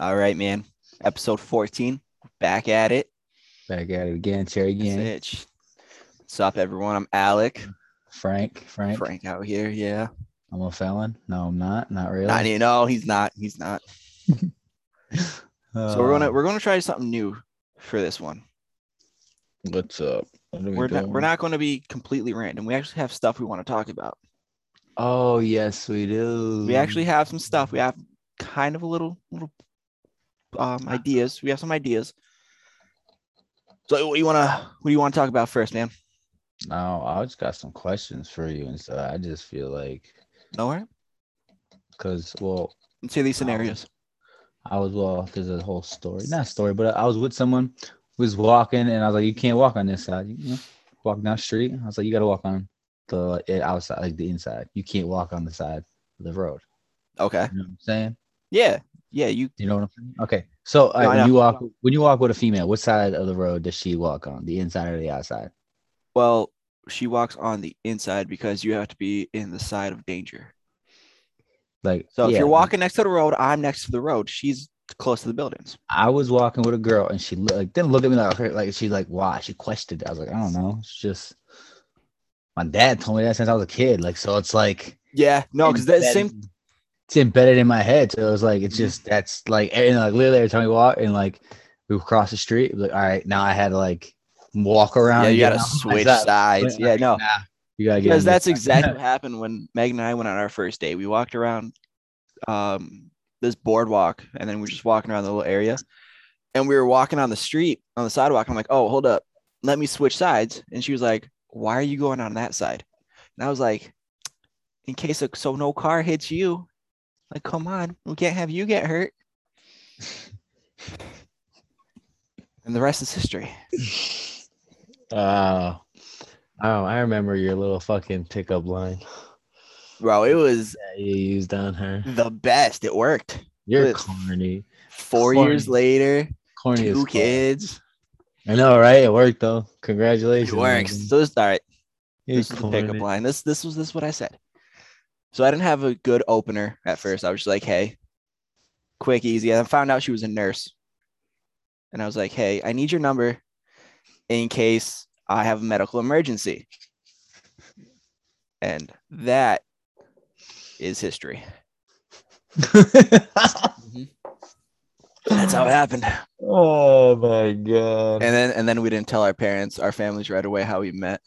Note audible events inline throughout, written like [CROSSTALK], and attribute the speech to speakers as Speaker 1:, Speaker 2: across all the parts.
Speaker 1: All right, man. Episode 14. Back at it.
Speaker 2: Back at it again, Cherry
Speaker 1: That's
Speaker 2: again.
Speaker 1: it. Sh- What's up, everyone? I'm Alec.
Speaker 2: Frank, Frank,
Speaker 1: Frank out here. Yeah.
Speaker 2: I'm a felon. No, I'm not. Not really.
Speaker 1: Not, no, he's not. He's not. So we're gonna
Speaker 2: Uh,
Speaker 1: we're gonna try something new for this one.
Speaker 2: What's up? What are we
Speaker 1: We're not we're
Speaker 2: doing?
Speaker 1: not going to be completely random. We actually have stuff we want to talk about.
Speaker 2: Oh yes, we do.
Speaker 1: We actually have some stuff. We have kind of a little little um ideas. We have some ideas. So what do you wanna what do you want to talk about first, man?
Speaker 2: No, I just got some questions for you, and so I just feel like,
Speaker 1: Nowhere?
Speaker 2: cause well,
Speaker 1: Let's hear these scenarios.
Speaker 2: I was well, there's a whole story, not story, but I was with someone who was walking, and I was like, you can't walk on this side, you know, walk down the street. I was like, you gotta walk on the eh, outside, like the inside. You can't walk on the side of the road.
Speaker 1: Okay.
Speaker 2: You know what I'm saying?
Speaker 1: Yeah. Yeah, you
Speaker 2: You know what I'm saying? Okay. So uh,
Speaker 1: No, I know.
Speaker 2: when you walk, when you walk with a female, what side of the road does she walk on? The inside or the outside?
Speaker 1: well, she walks on the inside because you have to be in the side of danger.
Speaker 2: Like,
Speaker 1: So if
Speaker 2: yeah,
Speaker 1: you're walking next to the road, I'm next to the road. She's close to the buildings.
Speaker 2: I was walking with a girl, and she looked, like didn't look at me like her, like she like why? She questioned. it. I was like, I don't know. It's just my dad told me that since I was a kid. Like, so it's like
Speaker 1: Yeah, no, because that same Mm-hmm.
Speaker 2: embedded- It's embedded in my head. So it was like it's just that's like and like literally every time we walk and like we would cross the street, like all right, now I had to like walk around.
Speaker 1: yeah,
Speaker 2: and
Speaker 1: you
Speaker 2: get [LAUGHS]
Speaker 1: gotta
Speaker 2: out my
Speaker 1: switch
Speaker 2: side.
Speaker 1: sides. Yeah, no,
Speaker 2: Nah, you gotta get
Speaker 1: because
Speaker 2: on
Speaker 1: that's
Speaker 2: this side.
Speaker 1: exactly what happened when Megan and I went on our first date. We walked around um, this boardwalk, and then we were just walking around the little area, and we were walking on the street on the sidewalk. I'm like, "Oh, hold up, let me switch sides," and she was like, "Why are you going on that side?" And I was like, "In case of, so no car hits you." Like, come on, we can't have you get hurt. And the rest is history.
Speaker 2: Oh, oh, I remember your little fucking pickup line
Speaker 1: Bro, it was
Speaker 2: that you used on her.
Speaker 1: the best. It worked.
Speaker 2: You're
Speaker 1: Good.
Speaker 2: corny,
Speaker 1: Four
Speaker 2: Corny.
Speaker 1: years later,
Speaker 2: corny as
Speaker 1: two
Speaker 2: fuck.
Speaker 1: kids.
Speaker 2: I know, right? It worked though. Congratulations.
Speaker 1: It works.
Speaker 2: Megan.
Speaker 1: So this all right.
Speaker 2: You're
Speaker 1: this is the pickup
Speaker 2: [LAUGHS] corny.
Speaker 1: line. This this was this is what I said. So I didn't have a good opener at first. I was just like, hey, quick, easy. And I found out she was a nurse. And I was like, hey, I need your number in case I have a medical emergency. And that is history. Mm-hmm. That's how it happened.
Speaker 2: oh my god.
Speaker 1: And then and then we didn't tell our parents, our families right away how we met.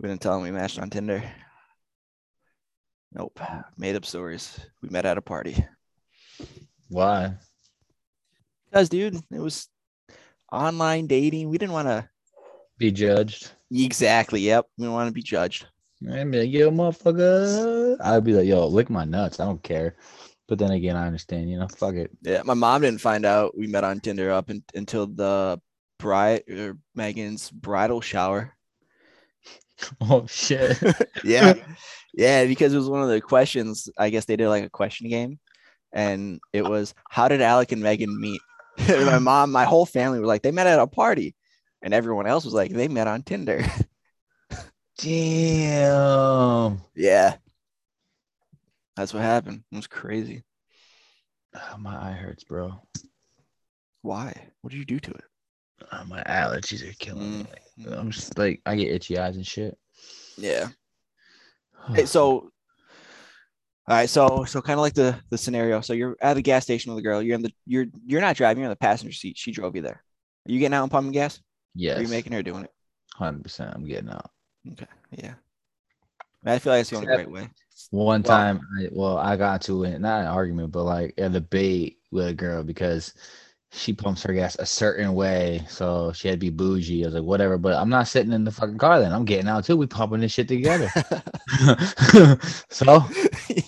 Speaker 1: We didn't tell them we matched on Tinder. Nope. Made up stories. We met at a party.
Speaker 2: Why?
Speaker 1: Because dude, it was online dating. We didn't want to
Speaker 2: Be judged.
Speaker 1: exactly. Yep. We didn't want to be judged.
Speaker 2: I'd be like, yo, motherfucker. I'd be like, yo, lick my nuts. I don't care. But then again, I understand, you know, fuck it. [LAUGHS]
Speaker 1: Yeah. My mom didn't find out we met on Tinder up un- until the bride or Megan's bridal shower.
Speaker 2: Oh
Speaker 1: [LAUGHS]
Speaker 2: shit.
Speaker 1: yeah yeah because it was one of the questions i guess they did like a question game and it was how did alec and megan meet [LAUGHS] And my mom my whole family were like they met at a party and everyone else was like they met on tinder [LAUGHS]
Speaker 2: Damn.
Speaker 1: yeah that's what happened it was crazy
Speaker 2: Oh, my eye hurts, bro.
Speaker 1: why what did you do to it
Speaker 2: Oh, my allergies are killing me.
Speaker 1: Mm-hmm.
Speaker 2: Like, I'm just like I get itchy eyes and shit.
Speaker 1: yeah [SIGHS] Hey, so all right so so kind of like the the scenario so you're at a gas station with a girl you're in the you're you're not driving you're in the passenger seat she drove you there are you getting out and pumping gas
Speaker 2: [SIGHS] yes,
Speaker 1: are you making her doing it
Speaker 2: hundred percent. I'm getting out.
Speaker 1: Okay. Yeah. I feel like it's the only
Speaker 2: Yeah.
Speaker 1: right [LAUGHS] way. Well-
Speaker 2: One time, I, well, I got to it, not an argument, but like a debate with a girl because she pumps her gas a certain way, so she had to be bougie. I was like, whatever, but I'm not sitting in the fucking car. Then I'm getting out too. We pumping this shit together.
Speaker 1: [LAUGHS]
Speaker 2: [LAUGHS] so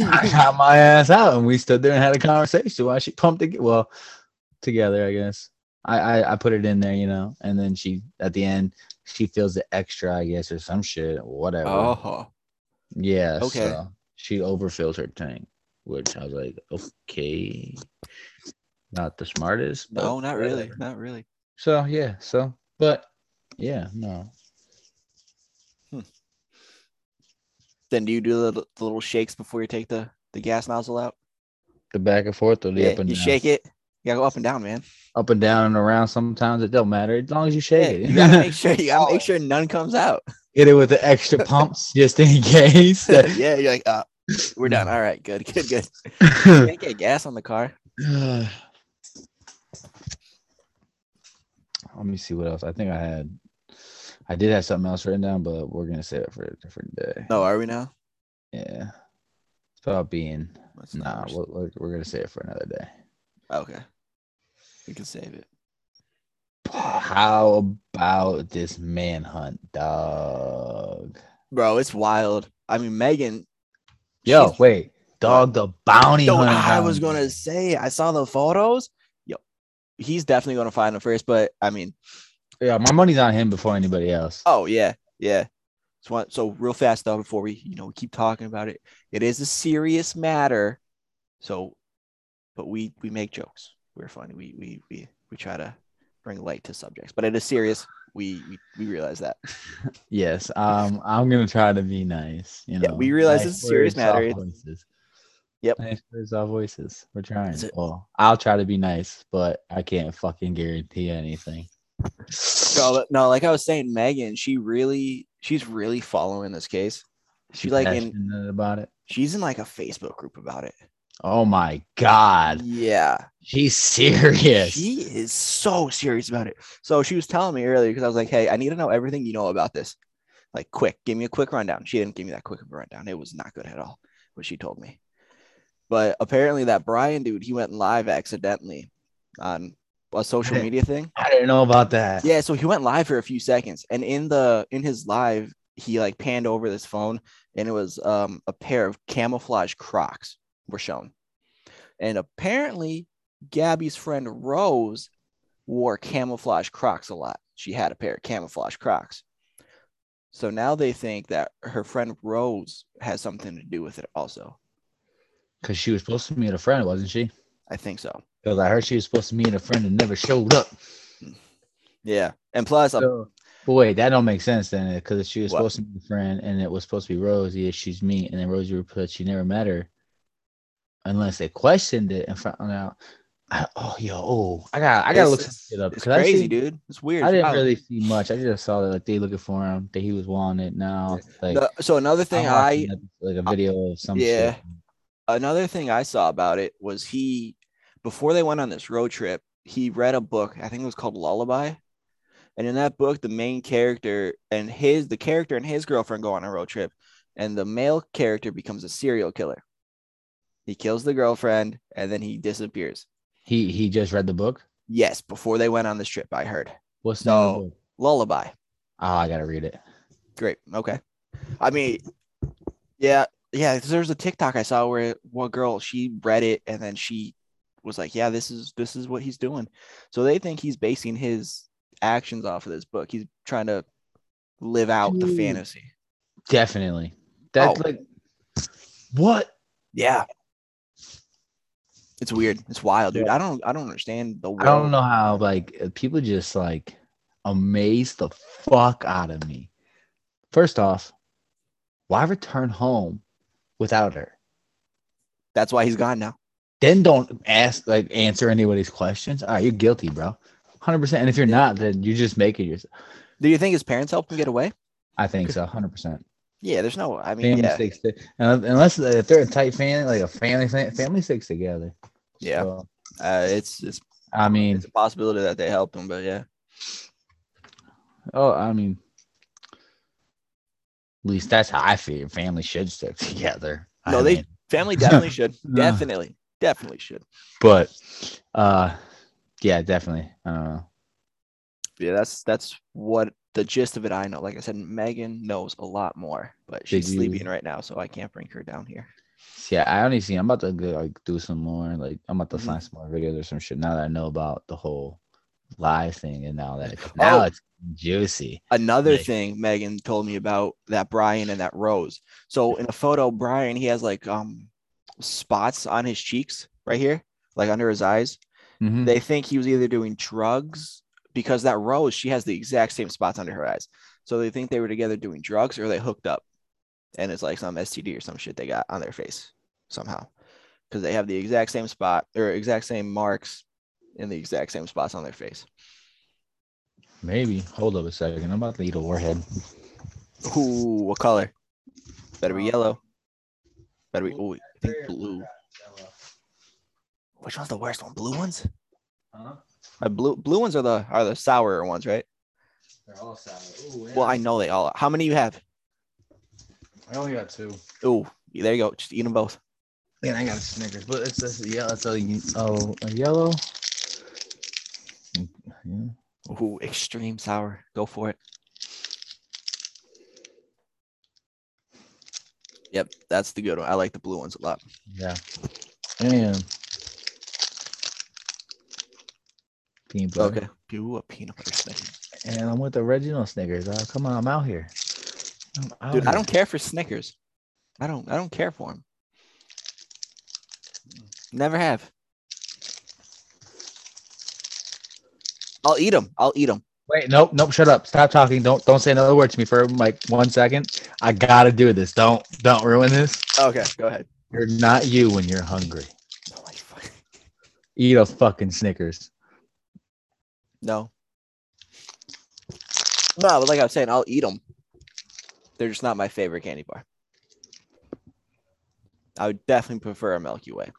Speaker 2: I got my ass out, and we stood there and had a conversation while she pumped it. Well, together, I guess. I, I I put it in there, you know, and then she at the end she feels the extra, I guess, or some shit, whatever.
Speaker 1: oh.
Speaker 2: Yeah.
Speaker 1: Okay.
Speaker 2: So she overfills her tank, which I was like, okay, not the smartest. but
Speaker 1: No, not really.
Speaker 2: whatever.
Speaker 1: Not really.
Speaker 2: So yeah. So but yeah, no.
Speaker 1: Then do you do the, the little shakes before you take the, the gas nozzle out?
Speaker 2: the back and forth or the
Speaker 1: Yeah,
Speaker 2: up and
Speaker 1: you
Speaker 2: down.
Speaker 1: shake it. You gotta go up and down, man.
Speaker 2: up and down and around. Sometimes it don't matter as long as you shake
Speaker 1: Yeah,
Speaker 2: it.
Speaker 1: you
Speaker 2: [LAUGHS]
Speaker 1: gotta make sure you gotta make sure none comes out.
Speaker 2: Hit it with the extra pumps just
Speaker 1: [LAUGHS]
Speaker 2: in case.
Speaker 1: yeah, you're like, uh, we're done. All right, good, good,
Speaker 2: [LAUGHS]
Speaker 1: good. Can't get gas on the car.
Speaker 2: Let me see what else. I think I had. I did have something else written down, but we're gonna save it for a different day.
Speaker 1: No, are we now?
Speaker 2: Yeah, it's about being.
Speaker 1: That's
Speaker 2: Nah,
Speaker 1: not worse.
Speaker 2: we're, we're- we're gonna save it for another day.
Speaker 1: okay. We can save it.
Speaker 2: How about this manhunt, dog?
Speaker 1: Bro, it's wild. I mean, Megan.
Speaker 2: Yo,
Speaker 1: she's-
Speaker 2: wait, dog, the bounty
Speaker 1: Yo,
Speaker 2: hunter.
Speaker 1: I was
Speaker 2: hound.
Speaker 1: gonna say, I saw the photos. Yo, he's definitely gonna find him first, but I mean,
Speaker 2: Yeah, my money's on him before anybody else.
Speaker 1: oh yeah, yeah. So, one- so real fast though, before we, you know, we keep talking about it, it is a serious matter. So, but we we make jokes. We're funny. We we we we try to bring light to subjects, but it is serious. We we, we realize that. [LAUGHS]
Speaker 2: Yes, um, I'm gonna try to be nice. You know,
Speaker 1: Yeah, we realize
Speaker 2: Nice
Speaker 1: it's a serious
Speaker 2: words, soft
Speaker 1: matter.
Speaker 2: voices.
Speaker 1: Yep.
Speaker 2: nice words, soft voices. We're trying.
Speaker 1: it-
Speaker 2: Well, I'll try to be nice, but I can't fucking guarantee anything.
Speaker 1: No, but- no, like I was saying, Megan, she really, she's really following this case. She like in,
Speaker 2: Passionate about it.
Speaker 1: she's in like a Facebook group about it.
Speaker 2: Oh my god,
Speaker 1: Yeah,
Speaker 2: she's serious.
Speaker 1: she is so serious about it. So she was telling me earlier because I was like, hey, I need to know everything you know about this, like quick. Give me a quick rundown. She didn't give me that quick of a rundown. It was not good at all, what she told me. But apparently, that Brian dude, he went live accidentally on a social media thing.
Speaker 2: I didn't know about that.
Speaker 1: Yeah, so he went live for a few seconds, and in the in his live, he like panned over this phone, and it was um a pair of camouflage Crocs were shown, and apparently Gabby's friend Rose wore camouflage Crocs a lot. She had a pair of camouflage Crocs, so now they think that her friend Rose has something to do with it. Also,
Speaker 2: because she was supposed to meet a friend, wasn't she?
Speaker 1: I think so.
Speaker 2: Because I heard she was supposed to meet a friend and never showed up.
Speaker 1: Yeah, and plus, uh,
Speaker 2: So, but wait, that don't make sense then, because she was
Speaker 1: What?
Speaker 2: supposed to be a friend, and it was supposed to be Rosie. If she's me, and then Rosie replied she never met her, unless they questioned it and found out. I, oh, yo, oh, I got, I gotta
Speaker 1: It's-
Speaker 2: look some shit up.
Speaker 1: it's
Speaker 2: 'cause I
Speaker 1: crazy,
Speaker 2: seen-
Speaker 1: dude. It's weird.
Speaker 2: I didn't
Speaker 1: Wow.
Speaker 2: really see much. I just saw that like they looking for him, that he was wanted. Now, like
Speaker 1: The- so another thing
Speaker 2: I'm
Speaker 1: I
Speaker 2: watching, like a video of some
Speaker 1: yeah.
Speaker 2: shit.
Speaker 1: another thing I saw about it was he, before they went on this road trip, he read a book. I think it was called Lullaby. And in that book, the main character and his, the character and his girlfriend go on a road trip, and the male character becomes a serial killer. He kills the girlfriend and then he disappears.
Speaker 2: He he just read the book.
Speaker 1: Yes, before they went on this trip, I heard
Speaker 2: What's the name of the
Speaker 1: No.
Speaker 2: book?
Speaker 1: Lullaby.
Speaker 2: Oh, I gotta read it.
Speaker 1: Great. Okay. I mean, yeah, yeah. 'cause There's a TikTok I saw where one girl she read it and then she was like, "Yeah, this is this is what he's doing." So they think he's basing his actions off of this book. He's trying to live out the
Speaker 2: Dude.
Speaker 1: fantasy.
Speaker 2: Definitely. That's
Speaker 1: Oh.
Speaker 2: like what
Speaker 1: Yeah. It's weird. It's wild, dude. I don't I don't understand the world.
Speaker 2: I don't know how like uh, people just like amaze the fuck out of me. First off, why return home without her?
Speaker 1: That's why he's gone now.
Speaker 2: Then don't ask like answer anybody's questions. All right, you're guilty, bro. 100%. And if you're not, then you just make it yourself.
Speaker 1: Do you think his parents helped him get away?
Speaker 2: I think so, 100%.
Speaker 1: Yeah, there's no I mean,
Speaker 2: Family
Speaker 1: yeah.
Speaker 2: sticks to, un- unless uh, if they're a tight family, like a family fa- family sticks together.
Speaker 1: Yeah.
Speaker 2: So,
Speaker 1: Uh, it's it's
Speaker 2: I mean,
Speaker 1: it's a possibility that they helped him, but yeah.
Speaker 2: Oh, I mean, at least that's how I feel. Family should stick together.
Speaker 1: No,
Speaker 2: I
Speaker 1: they-
Speaker 2: mean,
Speaker 1: Family definitely should.
Speaker 2: No.
Speaker 1: Definitely. Definitely should.
Speaker 2: But, uh, yeah, definitely. I don't know.
Speaker 1: Yeah, that's that's what the gist of it I know. Like I said, Megan knows a lot more, but
Speaker 2: Did
Speaker 1: she's
Speaker 2: you-
Speaker 1: sleeping right now, so I can't bring her down here.
Speaker 2: Yeah, I honestly, I'm about to go, like do some more. Like, I'm about to
Speaker 1: Mhm.
Speaker 2: find some more videos or some shit. Now that I know about the whole live thing and now that now
Speaker 1: Oh.
Speaker 2: it's juicy.
Speaker 1: Another
Speaker 2: Yeah.
Speaker 1: thing Megan told me about that Brian and that Rose. So in a photo, Brian he has like um spots on his cheeks right here, like under his eyes.
Speaker 2: Mhm.
Speaker 1: They think he was either doing drugs because that Rose she has the exact same spots under her eyes. So they think they were together doing drugs or they hooked up, and it's like some STD or some shit they got on their face somehow. because they have the exact same spot or exact same marks in the exact same spots on their face.
Speaker 2: Maybe. Hold up a second. I'm about to eat a warhead.
Speaker 1: Ooh, what color? Better be yellow. Better be ooh, I think blue. Which one's the worst one? Blue ones?
Speaker 2: Huh?
Speaker 1: Uh, blue blue ones are the are the sourer ones, right?
Speaker 2: They're all sour. Ooh,
Speaker 1: Well, I know they all. Are. How many you have?
Speaker 2: I only got two.
Speaker 1: Ooh, there you go. Just eat them both.
Speaker 2: And I got a Snickers, but it's a yellow. It's a, ye- oh, a yellow. Mm, Yeah.
Speaker 1: Ooh, extreme sour. Go for it. Yep, that's the good one. I like the blue ones a lot.
Speaker 2: Yeah. And peanut butter.
Speaker 1: Okay. Do a peanut butter Snickers.
Speaker 2: And I'm with the original Snickers. Oh, come on, I'm out here. I'm out
Speaker 1: Dude, I
Speaker 2: here.
Speaker 1: don't care for Snickers. I don't I don't care for them. Never have. I'll eat them. I'll eat them.
Speaker 2: Wait, nope, nope. Shut up. Stop talking. Don't don't say another word to me for like one second. I gotta do this. Don't don't ruin this.
Speaker 1: Okay, go ahead.
Speaker 2: You're not you when you're hungry.
Speaker 1: No, I fuck-
Speaker 2: Eat a fucking Snickers.
Speaker 1: No. No, but like I was saying, I'll eat them. They're just not my favorite candy bar. I would definitely prefer a Milky Way.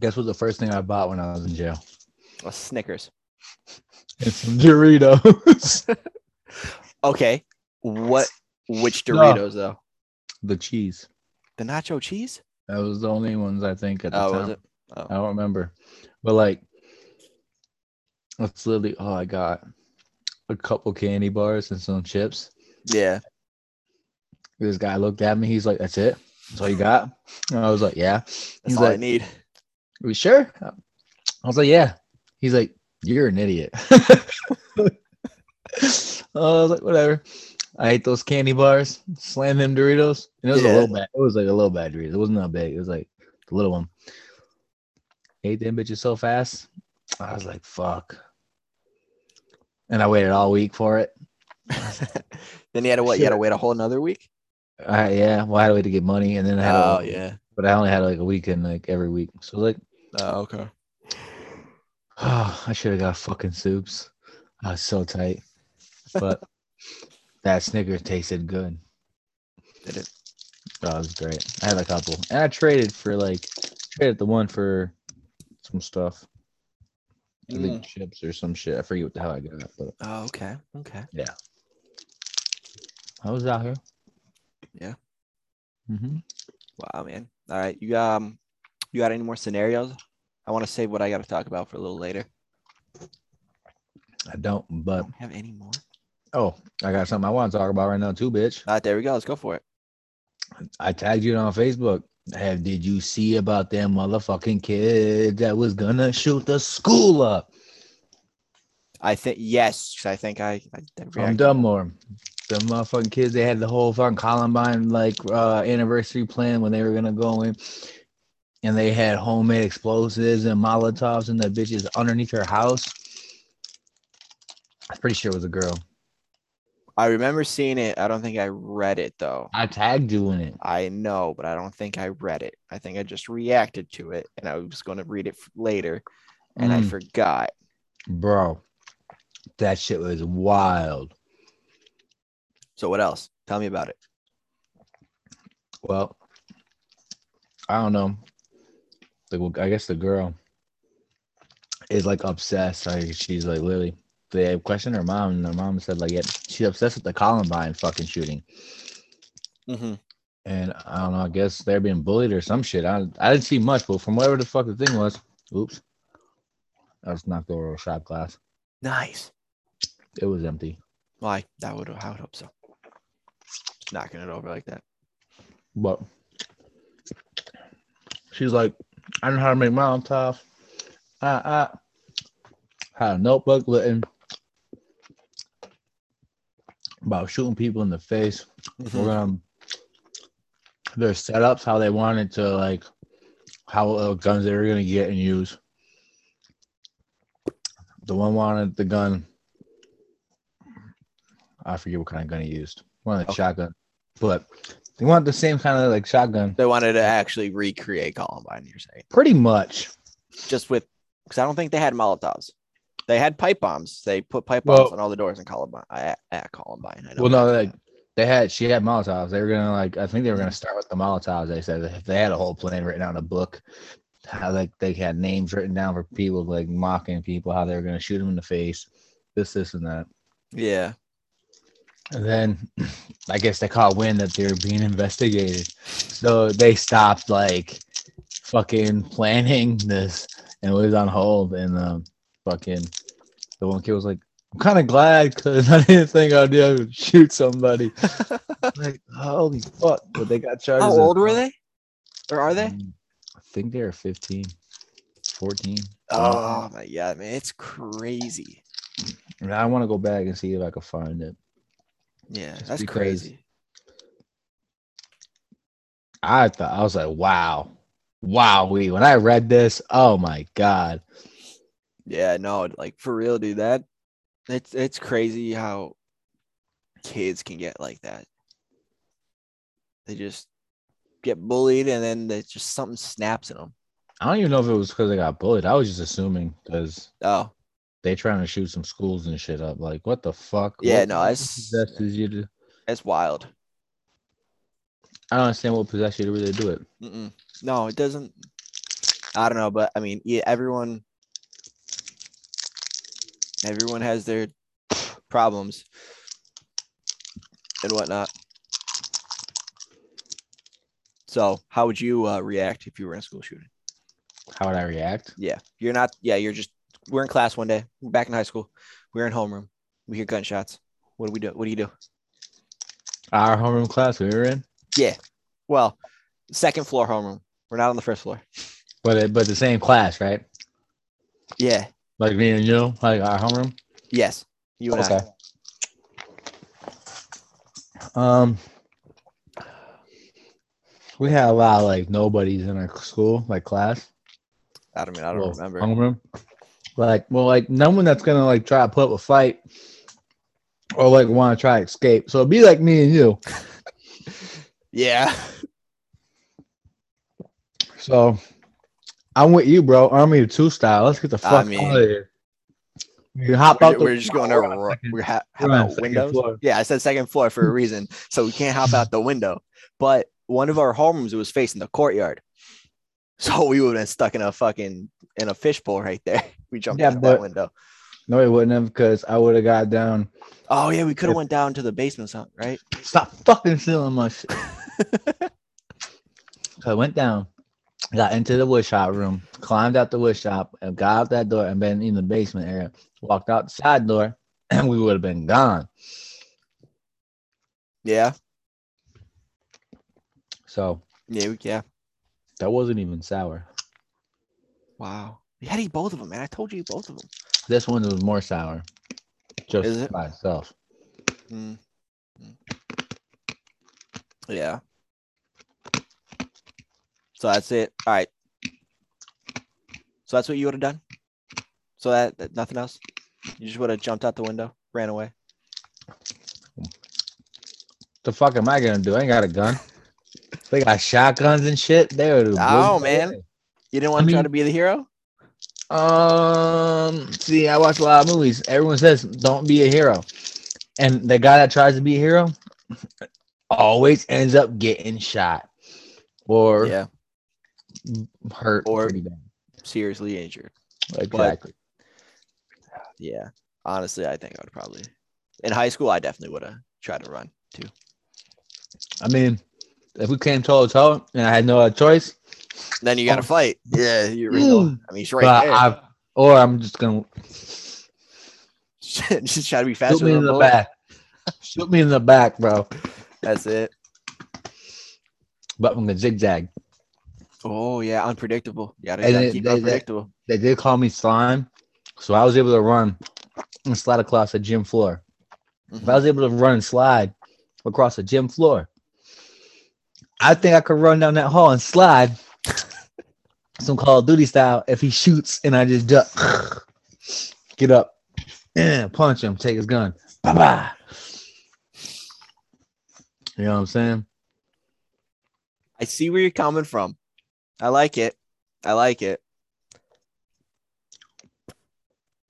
Speaker 2: Guess what? The first thing I bought when I was in jail. [LAUGHS]
Speaker 1: A Snickers.
Speaker 2: It's some Doritos. [LAUGHS]
Speaker 1: Okay. What? Which
Speaker 2: No.
Speaker 1: Doritos though?
Speaker 2: the cheese.
Speaker 1: The nacho cheese?
Speaker 2: That was the only ones I think at the
Speaker 1: Oh,
Speaker 2: time.
Speaker 1: was it?
Speaker 2: I don't remember. But like that's literally all I got. A couple candy bars and some chips.
Speaker 1: Yeah.
Speaker 2: This guy looked at me, he's like, That's it? That's all you got? And I was like, Yeah.
Speaker 1: That's
Speaker 2: He's
Speaker 1: all I
Speaker 2: like,
Speaker 1: need. [LAUGHS]
Speaker 2: Are you sure? I was like, Yeah. He's like, You're an idiot. [LAUGHS] I was like, whatever. I ate those candy bars, slammed them Doritos, and it was
Speaker 1: Yeah.
Speaker 2: a little bad. It was like a little bad Doritos. It wasn't that big. It was like the little one. Ate them bitches so fast. I was like, fuck. And I waited all week for it.
Speaker 1: then you had to what? You had to
Speaker 2: Should've-
Speaker 1: wait a whole another week?
Speaker 2: I, yeah, well, I had a way to get money, and then I had, a-
Speaker 1: Oh yeah.
Speaker 2: but I only had like a weekend, like every week. So like,
Speaker 1: Oh okay.
Speaker 2: [SIGHS] I should have got fucking soups. I was so tight, but that Snickers tasted good.
Speaker 1: Did it?
Speaker 2: That was great. I had a couple, and I traded for like traded the one for some stuff, I think chips or some shit. I forget what the hell I got, but
Speaker 1: Oh okay. Okay.
Speaker 2: I was out here.
Speaker 1: Yeah.
Speaker 2: hmm
Speaker 1: Wow man. All right. You um, you got any more scenarios? I want to save what I got to talk about for a little later.
Speaker 2: I don't,
Speaker 1: I
Speaker 2: but
Speaker 1: don't have any more.
Speaker 2: oh, I got something I want to talk about right now too, bitch.
Speaker 1: All right, there we go. Let's go for it.
Speaker 2: I tagged you on Facebook. Have did you see about that motherfucking kid that was gonna shoot the school up?
Speaker 1: I think yes. 'cause I think I. I, I
Speaker 2: From
Speaker 1: react-
Speaker 2: Dunmore. The motherfucking kids, they had the whole fucking Columbine like uh anniversary plan when they were gonna go in. And they had homemade explosives and Molotovs and the bitches underneath her house. I'm pretty sure it was a girl.
Speaker 1: I remember seeing it. I don't think I read it though.
Speaker 2: I tagged you in it.
Speaker 1: I know, but I don't think I read it. I think I just reacted to it, and I was going to read it f- later, and I
Speaker 2: Mm.
Speaker 1: forgot.
Speaker 2: Bro, that shit was wild.
Speaker 1: So what else? Tell me about it.
Speaker 2: Well, I don't know. Like, well, I guess the girl is like obsessed. Like, she's like literally. They questioned her mom, and her mom said like, yeah, she's obsessed with the Columbine fucking shooting.
Speaker 1: Mm-hmm.
Speaker 2: And I don't know. I guess they're being bullied or some shit. I I didn't see much, but from whatever the fuck the thing was, oops, I just knocked over a shot glass.
Speaker 1: Nice.
Speaker 2: It was empty.
Speaker 1: Why? That would I would hope so. Knocking it over like that.
Speaker 2: But she's like, I know how to make mom tough. I, I had a notebook written about shooting people in the face. Mm-hmm. We're gonna their setups, how they wanted to like how uh, guns they were gonna get and use. The one wanted the gun I forget what kind of gun he used. One of the shotgun, but they want the same kind of like shotgun,
Speaker 1: They wanted to actually recreate Columbine. You're saying
Speaker 2: pretty much.
Speaker 1: just with because I don't think they had Molotovs. They had pipe bombs. They put pipe bombs
Speaker 2: Well-
Speaker 1: on all the doors in Columbine. At, at Columbine, I know.
Speaker 2: Well, no,
Speaker 1: that.
Speaker 2: like they had she had Molotovs. They were gonna like I think they were gonna start with the Molotovs. They said if they had a whole plan written out in a book, how like they had names written down for people like mocking people, how they were gonna shoot them in the face, this, this, and that.
Speaker 1: yeah,
Speaker 2: And then [CLEARS THROAT] I guess they caught wind that they were being investigated, so they stopped like fucking planning this and it was on hold. And um, fucking the one kid was like. I'm kind of glad because [LAUGHS] I didn't think I'd be able to shoot somebody.
Speaker 1: [LAUGHS]
Speaker 2: Like, holy fuck. But they got charged.
Speaker 1: How old were they? Or are they?
Speaker 2: I think they were 15, 14. Uh,
Speaker 1: Oh my god, man, it's crazy.
Speaker 2: And I want to go back and see if I can find it.
Speaker 1: Yeah,
Speaker 2: Just
Speaker 1: that's
Speaker 2: because-
Speaker 1: crazy.
Speaker 2: I thought, I was like, wow. Wow. We, when I read this, oh my God.
Speaker 1: Yeah, no, like for real, dude. That it's it's crazy how kids can get like that. They just get bullied, and then they just something snaps in them.
Speaker 2: I don't even know if it was because I got bullied. I was just assuming because
Speaker 1: Oh,
Speaker 2: they trying to shoot some schools and shit up. Like, what the fuck?
Speaker 1: Yeah,
Speaker 2: What-
Speaker 1: no,
Speaker 2: what
Speaker 1: it's-
Speaker 2: possesses you to,
Speaker 1: that's wild.
Speaker 2: I don't understand what possessed you to really do it.
Speaker 1: Mm-mm. No, it doesn't. I don't know, but I mean, yeah, everyone, everyone has their problems and whatnot. So, how would you uh, react if you were in a school shooting?
Speaker 2: How would I react?
Speaker 1: Yeah, you're not. Yeah, you're just. We're in class one day. We're back in high school. We're in homeroom. We hear gunshots. What do we do? What do you do?
Speaker 2: Our homeroom class we were in,
Speaker 1: Well, second floor homeroom. We're not on the first floor.
Speaker 2: but it, but the same class, right?
Speaker 1: Yeah.
Speaker 2: Like me and you, like our homeroom.
Speaker 1: Yes. You and I.
Speaker 2: Um, we had a lot of like nobodies in our school, like class.
Speaker 1: I don't mean I don't
Speaker 2: well,
Speaker 1: remember.
Speaker 2: Homeroom. Like, well, like no one that's gonna like try to put up a fight or like want to try to escape. So it'd be like me and you.
Speaker 1: Yeah.
Speaker 2: So I'm with you, bro. Army of two style. Let's get the
Speaker 1: I
Speaker 2: fuck
Speaker 1: mean-
Speaker 2: out of here. You hop out.
Speaker 1: we're,
Speaker 2: the-
Speaker 1: we're just going to
Speaker 2: We're on
Speaker 1: ro-
Speaker 2: second-
Speaker 1: we ha- how
Speaker 2: we're on
Speaker 1: about
Speaker 2: second
Speaker 1: windows.
Speaker 2: floor.
Speaker 1: Yeah, I said second floor
Speaker 2: [LAUGHS]
Speaker 1: for a reason, so we can't hop out the window. But one of our homerooms was facing the courtyard, so we would have been stuck in a fucking in a fishbowl right there. [LAUGHS] We jumped
Speaker 2: Yeah,
Speaker 1: out that
Speaker 2: but-
Speaker 1: window.
Speaker 2: No, it wouldn't have because I would have got down.
Speaker 1: Oh yeah, we could have
Speaker 2: If-
Speaker 1: went down to the basement, something, right?
Speaker 2: Stop fucking stealing
Speaker 1: [LAUGHS]
Speaker 2: my shit. so I went down, got into the wood shop room, climbed out the wood shop, and got out that door, and been in the basement area. Walked out the side door, [CLEARS THROAT] and we would have been gone.
Speaker 1: Yeah,
Speaker 2: So
Speaker 1: yeah, we- yeah.
Speaker 2: that wasn't even sour.
Speaker 1: Wow, we had to eat both of them, man. I told you eat both of them.
Speaker 2: This one was more sour. Just
Speaker 1: Is it?
Speaker 2: by itself.
Speaker 1: Mm. Mm. Yeah. So that's it. All right. So that's what you would have done. So that, that- nothing else. You just would have jumped out the window, ran away.
Speaker 2: The fuck am I gonna do? I ain't got a gun. they got shotguns and shit. They would have.
Speaker 1: No, Oh, man. You didn't want to try
Speaker 2: mean-
Speaker 1: to be the hero.
Speaker 2: Um, see, I watch a lot of movies. Everyone says don't be a hero, and the guy that tries to be a hero always ends up getting shot or
Speaker 1: yeah,
Speaker 2: hurt
Speaker 1: Or-
Speaker 2: pretty bad.
Speaker 1: seriously injured.
Speaker 2: Exactly.
Speaker 1: Yeah, honestly, I think I would probably. In high school, I definitely would have tried to run too.
Speaker 2: I mean, if we came toe to toe and I had no other choice,
Speaker 1: Then you got to
Speaker 2: Oh.
Speaker 1: fight. Yeah, you're real.
Speaker 2: Mm.
Speaker 1: I mean, he's
Speaker 2: but
Speaker 1: right there.
Speaker 2: I, or I'm just gonna
Speaker 1: [LAUGHS] just try to be faster
Speaker 2: shoot me
Speaker 1: than
Speaker 2: in
Speaker 1: a
Speaker 2: the
Speaker 1: bullet.
Speaker 2: back. Shoot me in the back, bro.
Speaker 1: That's it.
Speaker 2: But I'm gonna zigzag.
Speaker 1: Oh yeah, unpredictable. Yeah,
Speaker 2: And
Speaker 1: they
Speaker 2: it-
Speaker 1: keep
Speaker 2: they- they-
Speaker 1: unpredictable.
Speaker 2: They did call me slime, so I was able to run and slide across the gym floor. If I
Speaker 1: Mhm.
Speaker 2: was able to run and slide across the gym floor, I think I could run down that hall and slide [LAUGHS] some Call of Duty style if he shoots and I just [SIGHS] duck. Get up, eh, punch him, take his gun. Bye bye. You know what I'm saying?
Speaker 1: I see where you're coming from. I like it. I like it. I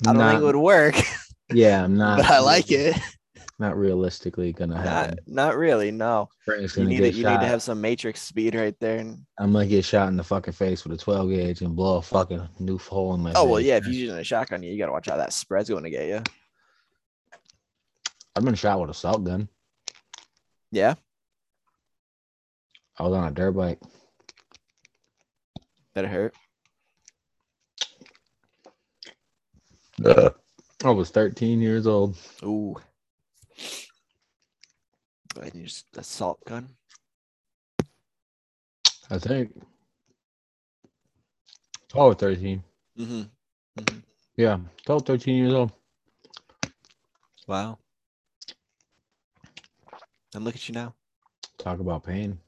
Speaker 1: don't
Speaker 2: Not-
Speaker 1: think it would work,
Speaker 2: yeah, I'm not.
Speaker 1: but I like it.
Speaker 2: Not realistically gonna
Speaker 1: Not,
Speaker 2: happen.
Speaker 1: not really. No,
Speaker 2: Frank's
Speaker 1: you
Speaker 2: gonna
Speaker 1: need
Speaker 2: get
Speaker 1: it. You
Speaker 2: shot.
Speaker 1: need to have some matrix speed right there. And,
Speaker 2: I'm gonna get shot in the fucking face with a 12 gauge and blow a fucking new hole in my.
Speaker 1: oh well,
Speaker 2: face.
Speaker 1: yeah. If you're using a shotgun, you, you gotta watch out. That spread's going to get you.
Speaker 2: I've been shot with a salt gun.
Speaker 1: Yeah,
Speaker 2: I was on a dirt bike.
Speaker 1: that hurt.
Speaker 2: I was 13 years old.
Speaker 1: Ooh. And you just assault gun.
Speaker 2: I think 12 or 13.
Speaker 1: Mm-hmm.
Speaker 2: Yeah, 12, 13 years old.
Speaker 1: Wow. And look at you now.
Speaker 2: Talk about pain.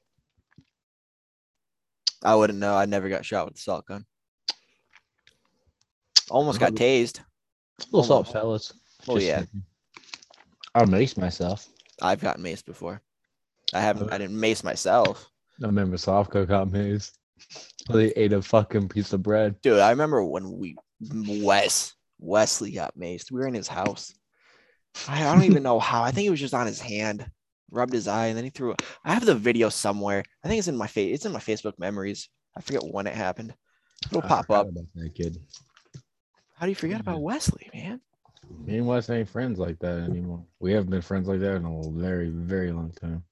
Speaker 1: I wouldn't know. I never got shot with a salt gun. Almost got
Speaker 2: Mhm.
Speaker 1: tased.
Speaker 2: Little salt
Speaker 1: Almost.
Speaker 2: pellets.
Speaker 1: Oh, yeah.
Speaker 2: I maced myself.
Speaker 1: I've gotten maced before. I haven't.
Speaker 2: Okay.
Speaker 1: I didn't mace myself,
Speaker 2: I remember Sofka got maced. They ate a fucking piece of bread.
Speaker 1: dude. I remember when we Wes Wesley got maced. We were in his house. I, I don't even know how. I think it was just on his hand, rubbed his eye, and then he threw. it. I have the video somewhere. I think it's in my face. It's in my Facebook memories. I forget when it happened. It'll
Speaker 2: I
Speaker 1: pop
Speaker 2: forgot
Speaker 1: up.
Speaker 2: about that kid.
Speaker 1: How do you forget about Wesley, man?
Speaker 2: Me and Wes ain't friends like that anymore. We haven't been friends like that in a very, very long time.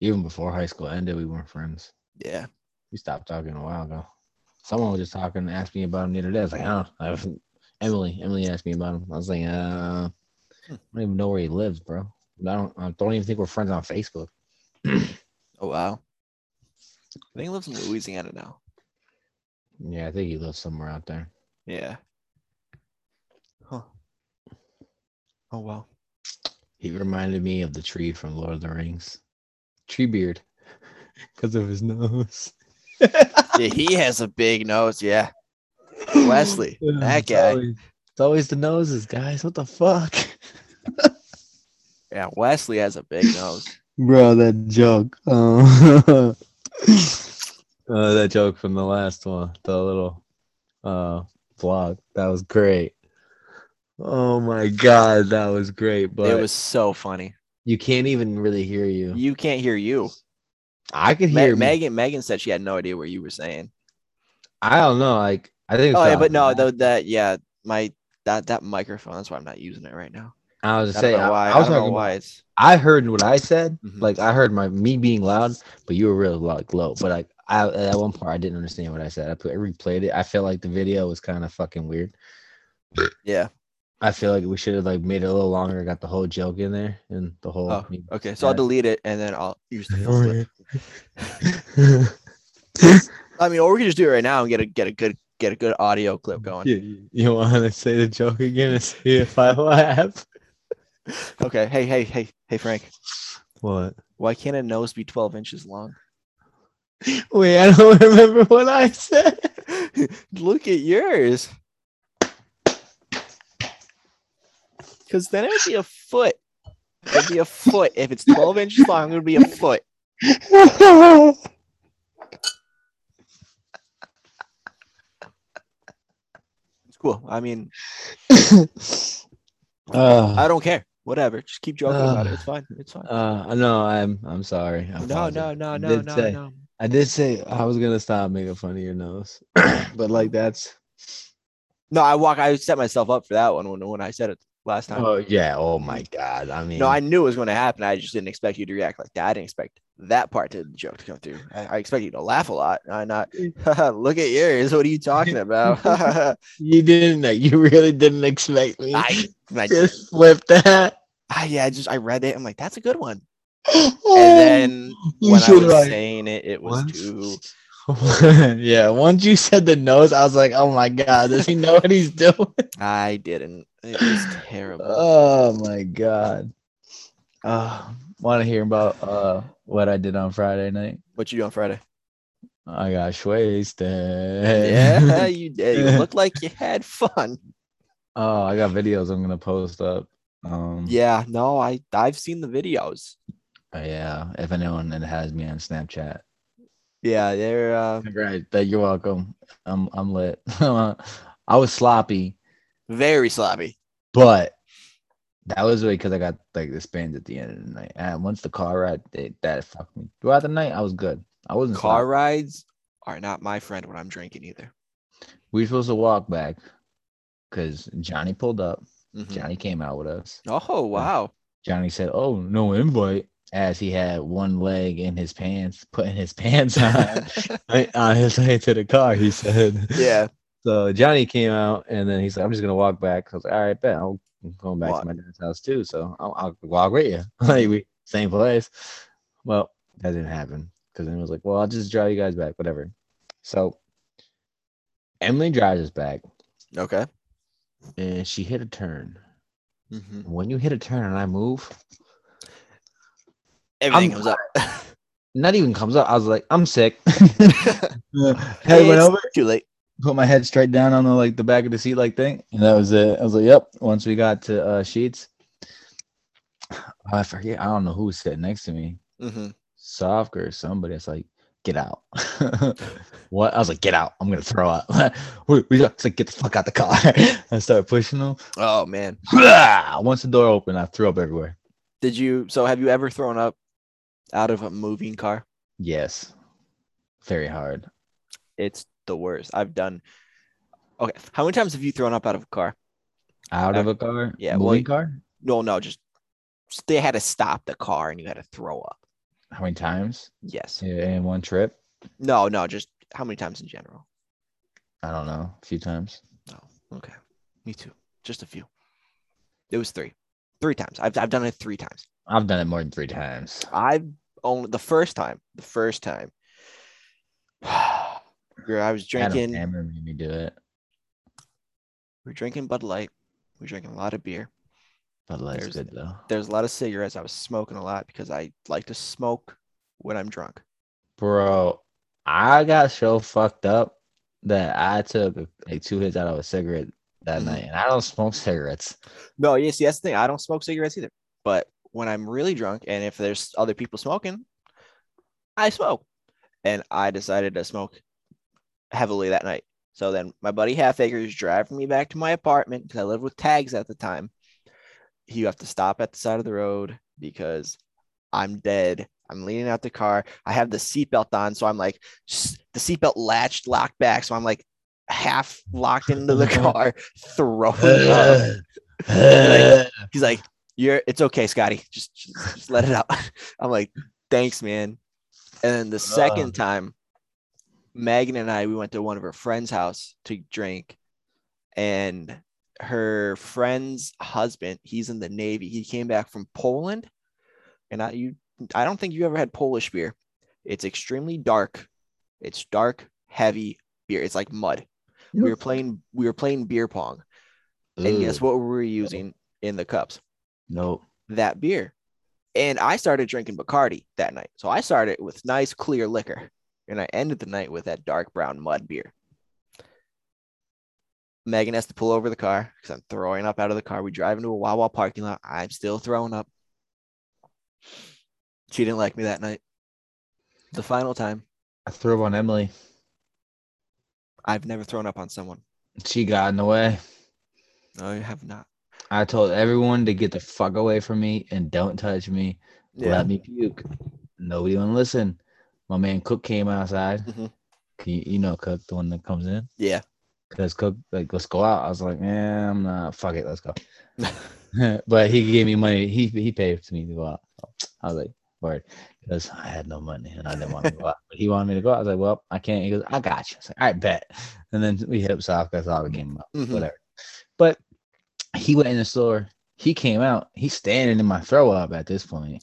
Speaker 2: Even before high school ended, we weren't friends.
Speaker 1: Yeah.
Speaker 2: We stopped talking a while ago. Someone was just talking and asked me about him the other day. I was like, oh, I haven't. Emily, Emily asked me about him. I was like, uh, I don't even know where he lives, bro. I don't, I don't even think we're friends on Facebook.
Speaker 1: Oh wow. I think he lives in Louisiana now.
Speaker 2: Yeah, I think he lives somewhere out there.
Speaker 1: Yeah. Huh. Oh wow.
Speaker 2: He reminded me of the tree from Lord of the Rings, tree beard, [LAUGHS] because of his nose.
Speaker 1: Yeah, he has a big nose. Yeah. Wesley,
Speaker 2: [LAUGHS] Yeah,
Speaker 1: that
Speaker 2: it's
Speaker 1: guy.
Speaker 2: Always, it's always the noses, guys. What the fuck,
Speaker 1: Yeah, Wesley has a big nose.
Speaker 2: bro? That joke. [LAUGHS] Uh, uh, that joke from the last one, the little uh vlog. That was great. Oh my god, that was great. But
Speaker 1: it was so funny.
Speaker 2: you can't even really hear you.
Speaker 1: You can't hear you.
Speaker 2: I could
Speaker 1: Ma-
Speaker 2: hear me.
Speaker 1: Megan Megan said she had no idea what you were saying.
Speaker 2: I don't know. Like I think.
Speaker 1: Oh
Speaker 2: it's
Speaker 1: yeah, but no,
Speaker 2: not-
Speaker 1: though that yeah, my that that microphone, that's why I'm not using it right now.
Speaker 2: I was
Speaker 1: I
Speaker 2: just
Speaker 1: don't
Speaker 2: saying.
Speaker 1: know why.
Speaker 2: I,
Speaker 1: I,
Speaker 2: I was
Speaker 1: don't know
Speaker 2: talking
Speaker 1: why
Speaker 2: about-
Speaker 1: it's
Speaker 2: I heard what I said.
Speaker 1: Mhm.
Speaker 2: Like I heard my me being loud, but you were really like low. But like I, at one part, I didn't understand what I said. I, put, I replayed it. I felt like the video was kind of fucking weird.
Speaker 1: yeah.
Speaker 2: I feel like we should have like made it a little longer. Got the whole joke in there and the whole.
Speaker 1: Oh,
Speaker 2: [LAUGHS]
Speaker 1: okay. So I'll
Speaker 2: Yeah.
Speaker 1: delete it and then I'll use the full [LAUGHS] clip.
Speaker 2: yeah,
Speaker 1: I mean, or we can just do it right now and get a get a good get a good audio clip going.
Speaker 2: you, want to say the joke again and see if [LAUGHS] I laugh?
Speaker 1: Okay. Hey, hey, hey, hey, Frank.
Speaker 2: What?
Speaker 1: Why can't a nose be 12 inches long?
Speaker 2: Wait, I don't [LAUGHS] remember what I [LAUGHS] said.
Speaker 1: Look at yours. Because then it would be a foot. It would be a foot. If it's 12 inches long, it would be a foot.
Speaker 2: Uh,
Speaker 1: It's cool. I mean,
Speaker 2: Uh,
Speaker 1: I don't care. Whatever. Just keep joking about it.
Speaker 2: Ugh.
Speaker 1: It's fine. It's fine.
Speaker 2: Uh, no, I'm I'm sorry. I
Speaker 1: No,
Speaker 2: apologize.
Speaker 1: no, no,
Speaker 2: I
Speaker 1: no,
Speaker 2: did
Speaker 1: no,
Speaker 2: say-
Speaker 1: no.
Speaker 2: I did say I was gonna stop making fun of your nose, [CLEARS THROAT] but like that's
Speaker 1: No, I walk. I set myself up for that one when, when I said it last time.
Speaker 2: oh yeah, oh my god. I mean,
Speaker 1: No, I knew it was going to happen. I just didn't expect you to react like that. I didn't expect that part to the joke to come through. I, I expect you to laugh a lot. I not [LAUGHS] look at yours. What are you talking about? [LAUGHS] I,
Speaker 2: you didn't. like, You really didn't expect me
Speaker 1: I,
Speaker 2: [LAUGHS] to flip that.
Speaker 1: I- yeah, I just I read it. I'm like, that's a good one.
Speaker 2: And
Speaker 1: And then
Speaker 2: Oh, Eh,
Speaker 1: when I
Speaker 2: you
Speaker 1: was
Speaker 2: should like,
Speaker 1: saying it, it was
Speaker 2: what?
Speaker 1: too.
Speaker 2: [LAUGHS] yeah. Once you said the nose, I was like, oh my god, does he know what he's doing? [LAUGHS]
Speaker 1: I didn't. It was terrible.
Speaker 2: Oh my god. Uh, want to hear about uh what I did on Friday night?
Speaker 1: what you do on Friday?
Speaker 2: I got wasted. [LAUGHS]
Speaker 1: Yeah, you did. You looked like you had fun.
Speaker 2: oh, I got videos I'm gonna post up. Um,
Speaker 1: Yeah. No, I I've seen the videos.
Speaker 2: Oh, yeah. If anyone that has me on Snapchat,
Speaker 1: Yeah, they're uh,
Speaker 2: right? That you're welcome. I'm I'm lit. [LAUGHS] I was sloppy,
Speaker 1: very sloppy.
Speaker 2: but that was really because I got like the spins at the end of the night. And once the car ride, they, that fucked me. Throughout the night, I was good. I wasn't
Speaker 1: Car
Speaker 2: sloppy.
Speaker 1: rides are not my friend when I'm drinking either.
Speaker 2: We were supposed to walk back because Johnny pulled up.
Speaker 1: Mhm.
Speaker 2: Johnny came out with us.
Speaker 1: Oh
Speaker 2: [LAUGHS]
Speaker 1: wow,
Speaker 2: Johnny said, "Oh, no invite." As he had one leg in his pants, putting his [LAUGHS]
Speaker 1: [LAUGHS]
Speaker 2: pants on right on his way to the car. He said,
Speaker 1: yeah.
Speaker 2: So Johnny came out, and then he's like, "I'm just gonna walk back." I was like, "All right, bet I'll- I'm going back
Speaker 1: Walk.
Speaker 2: to my dad's house too, so I'll, I'll walk with you." [LAUGHS] like we same place. Well, that didn't happen because then it was like, "Well, I'll just drive you guys back, whatever." So Emily drives us back,
Speaker 1: Okay.
Speaker 2: and she hit a turn.
Speaker 1: Mhm.
Speaker 2: When you hit a turn and I move,
Speaker 1: Everything
Speaker 2: I'm-
Speaker 1: comes up.
Speaker 2: not even comes up. I was like, "I'm sick."
Speaker 1: Hey,
Speaker 2: Head went
Speaker 1: it's
Speaker 2: over,
Speaker 1: Too late.
Speaker 2: put my head straight down on the like the back of the seat like thing and that was it i was like yep once we got to uh sheets [SIGHS] i forget i don't know who was sitting next to me
Speaker 1: hmm
Speaker 2: soft or somebody it's like get out [LAUGHS] what i was like get out i'm gonna throw up [LAUGHS] we, we it's like get the fuck out the car [LAUGHS] i started pushing them [LAUGHS]
Speaker 1: Oh man,
Speaker 2: once the door opened i threw up everywhere
Speaker 1: did you? So have you ever thrown up out of a moving car?
Speaker 2: yes very hard
Speaker 1: It's the worst. I've done. Okay, how many times have you thrown up out of a car?
Speaker 2: out of a car
Speaker 1: Uh, Yeah, well,
Speaker 2: moving
Speaker 1: you-
Speaker 2: car
Speaker 1: No, no, just they had to stop the car and you had to throw up.
Speaker 2: how many times
Speaker 1: Yes.
Speaker 2: in in one trip
Speaker 1: No, no, just how many times in general?
Speaker 2: i don't know a few times
Speaker 1: No. Okay. Me too. Just a few. It was three. Three times. I've I've done it three times.
Speaker 2: I've done it more than three times.
Speaker 1: I've only the first time. The first time. [SIGHS] Girl, I was drinking.
Speaker 2: Adam Sandler made me do it,
Speaker 1: We We're drinking Bud Light. We We're drinking a lot of beer.
Speaker 2: but that's
Speaker 1: There's-
Speaker 2: good though.
Speaker 1: There's a lot of cigarettes. I was smoking a lot because I like to smoke when I'm drunk.
Speaker 2: Bro, I got so fucked up that I took like two hits out of a cigarette that
Speaker 1: Mhm.
Speaker 2: night, and I don't smoke
Speaker 1: [LAUGHS]
Speaker 2: cigarettes.
Speaker 1: No, yes, that's the thing. I don't smoke cigarettes either. But when I'm really drunk and if there's other people smoking, I smoke. And I decided to smoke heavily that night. So then my buddy Half Acres driving me back to my apartment because I lived with tags at the time. You have to stop at the side of the road because I'm dead. I'm leaning out the car. I have the seatbelt on. So I'm like, s- the seatbelt latched, locked back. So I'm like half locked into the car, throwing up. He's like, "You're it's okay, Scotty. Just, just, just let it out." [LAUGHS] I'm like, "Thanks, man." And then the second time, Megan and I we went to one of her friends' house to drink, and her friend's husband, he's in the Navy. He came back from Poland, and I you I don't think you ever had Polish beer. It's extremely dark. It's dark, heavy beer. It's like mud. We were playing we were playing beer pong, and guess what we were using in the cups?
Speaker 2: Nope.
Speaker 1: that beer. And I started drinking Bacardi that night. So I started with nice clear liquor and I ended the night with that dark brown mud beer. Megan has to pull over the car because I'm throwing up out of the car. We drive into a Wawa parking lot. I'm still throwing up. She didn't like me that night. The final time,
Speaker 2: I threw up on Emily.
Speaker 1: I've never thrown up on someone.
Speaker 2: She got in the way.
Speaker 1: No, I have not.
Speaker 2: I told everyone to get the fuck away from me and don't touch me. Let me puke. Nobody want to listen. My man Cook came outside.
Speaker 1: Mhm.
Speaker 2: You, you know Cook, the one that comes in.
Speaker 1: Yeah.
Speaker 2: Cause Cook like let's go out. I was like, eh, I'm not. Fuck it, let's go. [LAUGHS] but he gave me money. He he paid for me to go out. I was like, word, because I had no money and I didn't want to go out. But he wanted me to go out. I was like, well, I can't. He goes, I got you. I was like, all right, bet. And then we hit up South. That's all we came up.
Speaker 1: Mhm.
Speaker 2: Whatever. But he went in the store. He came out. He's standing in my throw up at this point.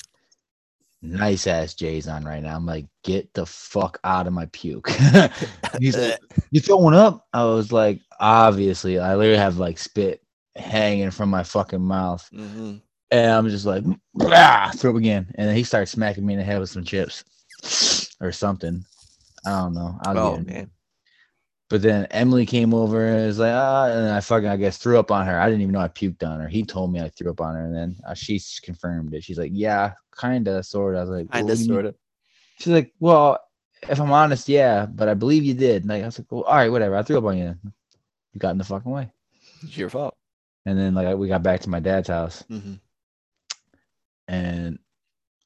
Speaker 2: Nice ass J's on right now. I'm like, get the fuck out of my puke. [LAUGHS] He's like, you throwing up? I was like, obviously, I literally have like spit hanging from my fucking mouth.
Speaker 1: Mhm.
Speaker 2: And I'm just like, "Blah," throw up again. And then he started smacking me in the head with some chips or something. I don't know. I was
Speaker 1: Oh,
Speaker 2: getting-
Speaker 1: man.
Speaker 2: But then Emily came over and was like, ah, and then I fucking, I guess, threw up on her. I didn't even know I puked on her. He told me I threw up on her, and then uh, she confirmed it. She's like, yeah, kinda, sorta. I was like,
Speaker 1: Kind
Speaker 2: "Well,
Speaker 1: of,
Speaker 2: you-
Speaker 1: sort of.
Speaker 2: She's like, well, if I'm honest, yeah, but I believe you did. And like, I was like, well, all right, whatever. I threw up on you. You got in the fucking way.
Speaker 1: It's your fault.
Speaker 2: And then like we got back to my dad's house,
Speaker 1: Mm-hmm.
Speaker 2: and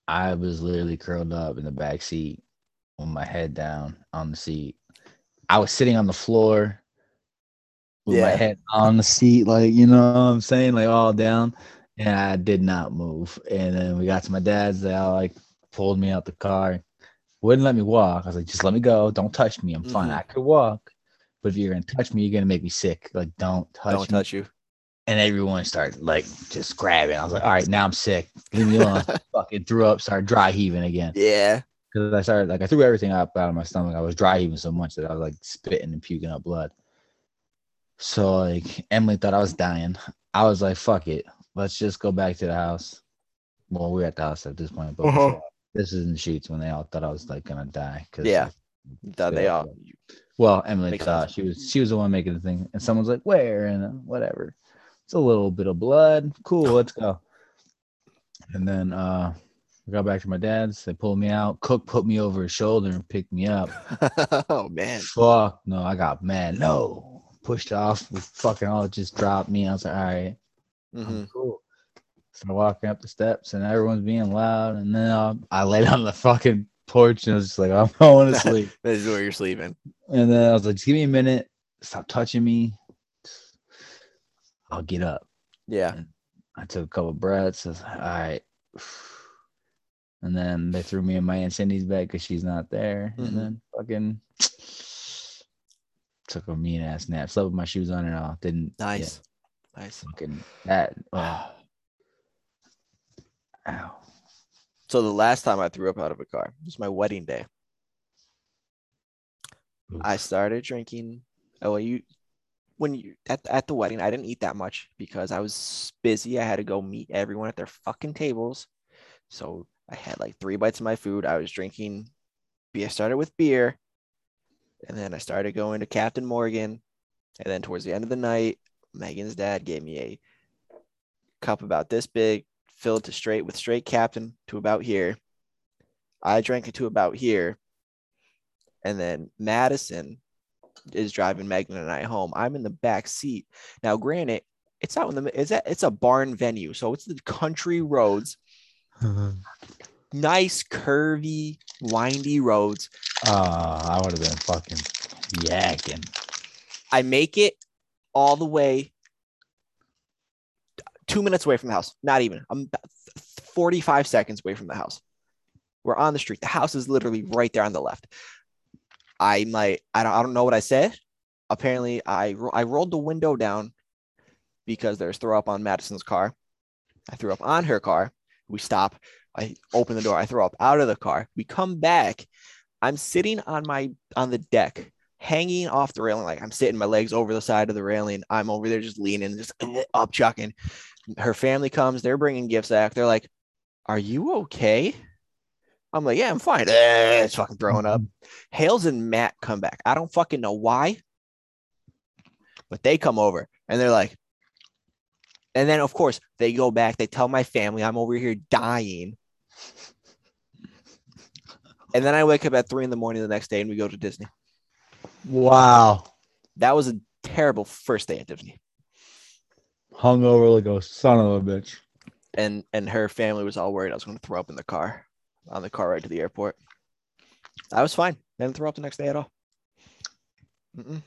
Speaker 2: I was literally curled up in the back seat with my head down on the seat. I was sitting on the floor with my
Speaker 1: Yeah.
Speaker 2: head on the seat, like you know what I'm saying, like all down. And I did not move. And then we got to my dad's. They all like pulled me out the car, wouldn't let me walk. I was like, just let me go. Don't touch me. I'm fine.
Speaker 1: Mhm.
Speaker 2: I could walk. But if you're gonna touch me, you're gonna make me sick. Like, don't touch
Speaker 1: Don't
Speaker 2: me
Speaker 1: touch you.
Speaker 2: and everyone started like just grabbing. I was like, all right, now I'm sick. Leave
Speaker 1: [LAUGHS]
Speaker 2: me alone. Fucking threw up, started dry heaving again.
Speaker 1: Yeah.
Speaker 2: Because I started like I threw everything up out of my stomach. I was dry heaving so much that I was like spitting and puking up blood. So like Emily thought I was dying. I was like, fuck it. Let's just go back to the house. Well, we were at the house at this point, but
Speaker 1: Uh-huh.
Speaker 2: this is in the sheets when they all thought I was like gonna die. 'cause,
Speaker 1: Yeah.
Speaker 2: like,
Speaker 1: Thought Uh, they all.
Speaker 2: well, Emily
Speaker 1: Makes
Speaker 2: thought
Speaker 1: sense.
Speaker 2: she was she was the one making the thing, and someone's like, "Where?" and uh, whatever. It's a little bit of blood. Cool, let's go. And then uh, I got back to my dad's. They pulled me out. Cook put me over his shoulder and picked me up.
Speaker 1: [LAUGHS] oh man.
Speaker 2: Fuck no, I got mad. No, pushed off. We fucking all just dropped me. I was like, "All right,
Speaker 1: Mm-hmm.
Speaker 2: I'm cool." So I'm walking up the steps, and everyone's being loud. And then uh, I laid on the fucking porch, and I was just like, "I'm [LAUGHS] going
Speaker 1: [LAUGHS]
Speaker 2: to sleep."
Speaker 1: This is where you're sleeping.
Speaker 2: And then I was like, just give me a minute. Stop touching me. I'll get up.
Speaker 1: Yeah.
Speaker 2: I took a couple breaths. I was like, all right. [SIGHS] And then they threw me in my Aunt Cindy's bed because she's not there.
Speaker 1: Mhm.
Speaker 2: And then fucking [SNIFFS] took a mean ass nap. Slept with my shoes on and all. Didn't. yeah,
Speaker 1: Nice. Nice.
Speaker 2: fucking that. Oh, ow.
Speaker 1: So the last time I threw up out of a car was my wedding day.
Speaker 2: Oof.
Speaker 1: I started drinking. Oh, well, you when you at, at the wedding, I didn't eat that much because I was busy. I had to go meet everyone at their fucking tables. So I had like three bites of my food. I was drinking beer. I started with beer. And then I started going to Captain Morgan. And then towards the end of the night, Megan's dad gave me a cup about this big, filled to straight with straight captain to about here. I drank it to about here. And then Madison is driving Megan and I home. I'm in the back seat. Now, granted, it's out in the it's a, it's a barn venue, so it's the country roads, nice curvy, windy roads.
Speaker 2: Ah, I would have been fucking yakking.
Speaker 1: I make it all the way two minutes away from the house. Not even. I'm about 45 seconds away from the house. We're on the street. The house is literally right there on the left. I might, I don't, I don't know what I said. Apparently, I, ro- I rolled the window down because there's throw up on Madison's car. I threw up on her car. We stop. I open the door. I throw up out of the car. We come back. I'm sitting on my on the deck hanging off the railing. Like I'm sitting, my legs over the side of the railing. I'm over there just leaning, just up chucking. Her family comes, they're bringing gift sack. They're like, Are you okay? I'm like, Yeah, I'm fine. [LAUGHS] Eh, it's fucking throwing up. Hales and Matt come back. I don't fucking know why, but they come over and they're like, and then of course they go back. They tell my family I'm over here dying. And then I wake up at three in the morning the next day and we go to Disney.
Speaker 2: Wow.
Speaker 1: That was a terrible first day at Disney.
Speaker 2: Hungover like a son of a bitch.
Speaker 1: And and her family was all worried I was going to throw up in the car, on the car ride to the airport. I was fine. Didn't throw up the next day at all. Mm-mm.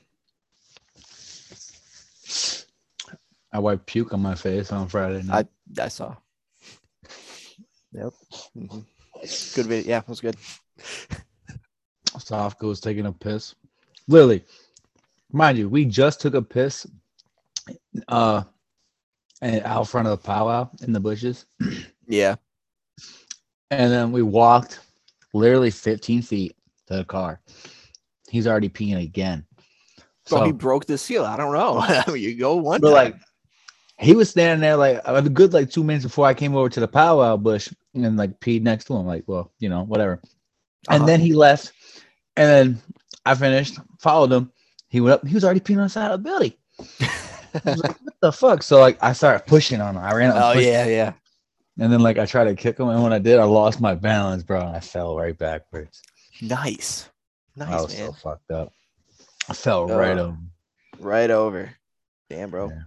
Speaker 2: I wiped puke on my face on Friday night.
Speaker 1: I I saw. Yep. Mhm. [LAUGHS] Good video. Yeah, it was good.
Speaker 2: Sofka was taking a piss. Lily, mind you, we just took a piss uh and out front of the powwow in the bushes.
Speaker 1: Yeah.
Speaker 2: And then we walked literally 15 feet to the car. He's already peeing again.
Speaker 1: So he broke the seal. I don't [LAUGHS] know. I mean, you go one.
Speaker 2: But
Speaker 1: time.
Speaker 2: like, he was standing there like a good like two minutes before I came over to the powwow bush and like peed next to him. Like, well, you know, whatever.
Speaker 1: Uh-huh.
Speaker 2: And then he left, and then I finished, followed him, He went up. He was already peeing on the side of the building. I was like, what the fuck? So like, I started pushing on him. I ran. Up and
Speaker 1: oh
Speaker 2: pushed
Speaker 1: yeah, yeah.
Speaker 2: And then like I tried to kick him, and when I did, I lost my balance, bro, and I fell right backwards.
Speaker 1: Nice.
Speaker 2: I
Speaker 1: Nice,
Speaker 2: was
Speaker 1: man.
Speaker 2: so fucked up. I fell right
Speaker 1: Uh,
Speaker 2: over.
Speaker 1: Right over. Damn, bro.
Speaker 2: Yeah.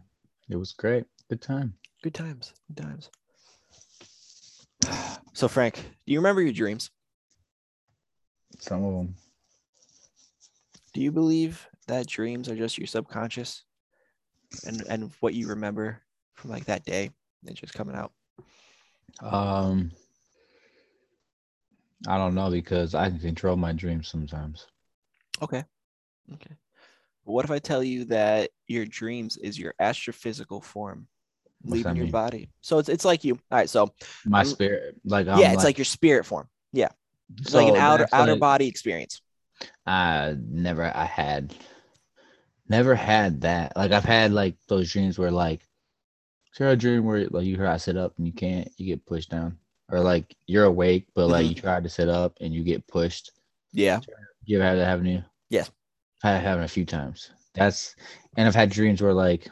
Speaker 2: It was great. Good time.
Speaker 1: Good times. Good times. [SIGHS] So Frank, do you remember your dreams?
Speaker 2: Some of them.
Speaker 1: Do you believe that dreams are just your subconscious and and what you remember from like that day and just coming out?
Speaker 2: Um, I don't know because I can control my dreams sometimes.
Speaker 1: Okay. But what if I tell you that your dreams is your astrophysical form
Speaker 2: What's
Speaker 1: leaving
Speaker 2: that
Speaker 1: your
Speaker 2: mean?
Speaker 1: body? So it's it's like you. All right, so
Speaker 2: My
Speaker 1: I'm-
Speaker 2: spirit, like I'm
Speaker 1: yeah, it's like your spirit form. It's like an
Speaker 2: so
Speaker 1: outer
Speaker 2: that's
Speaker 1: outer
Speaker 2: like-
Speaker 1: body experience.
Speaker 2: I never I had never had that. Like I've had like those dreams where like you a dream where like you try to sit up and you can't, you get pushed down. Or like you're awake, but like
Speaker 1: Mm-hmm.
Speaker 2: you tried to sit up and you get pushed.
Speaker 1: Yeah.
Speaker 2: You ever had that happen to you?
Speaker 1: Yes.
Speaker 2: I have happened a few times. That's and I've had dreams where like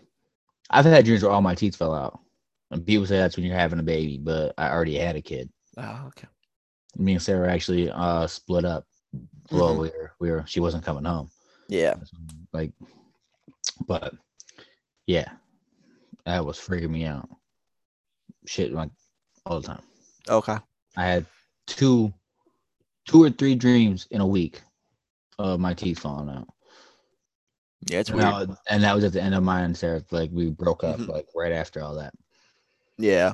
Speaker 2: I've had dreams where all my teeth fell out. And people say that's when you're having a baby, but I already had a kid.
Speaker 1: Oh, okay.
Speaker 2: Me and Sarah actually uh split up. Well,
Speaker 1: Mhm.
Speaker 2: we were we were she wasn't coming home
Speaker 1: Yeah.
Speaker 2: like but yeah that was freaking me out shit like all the time
Speaker 1: Okay.
Speaker 2: i had two two or three dreams in a week of my teeth falling out
Speaker 1: Yeah, it's
Speaker 2: and
Speaker 1: weird.
Speaker 2: that, was, and that was at the end of mine and sarah like we broke up
Speaker 1: Mhm.
Speaker 2: like right after all that
Speaker 1: Yeah.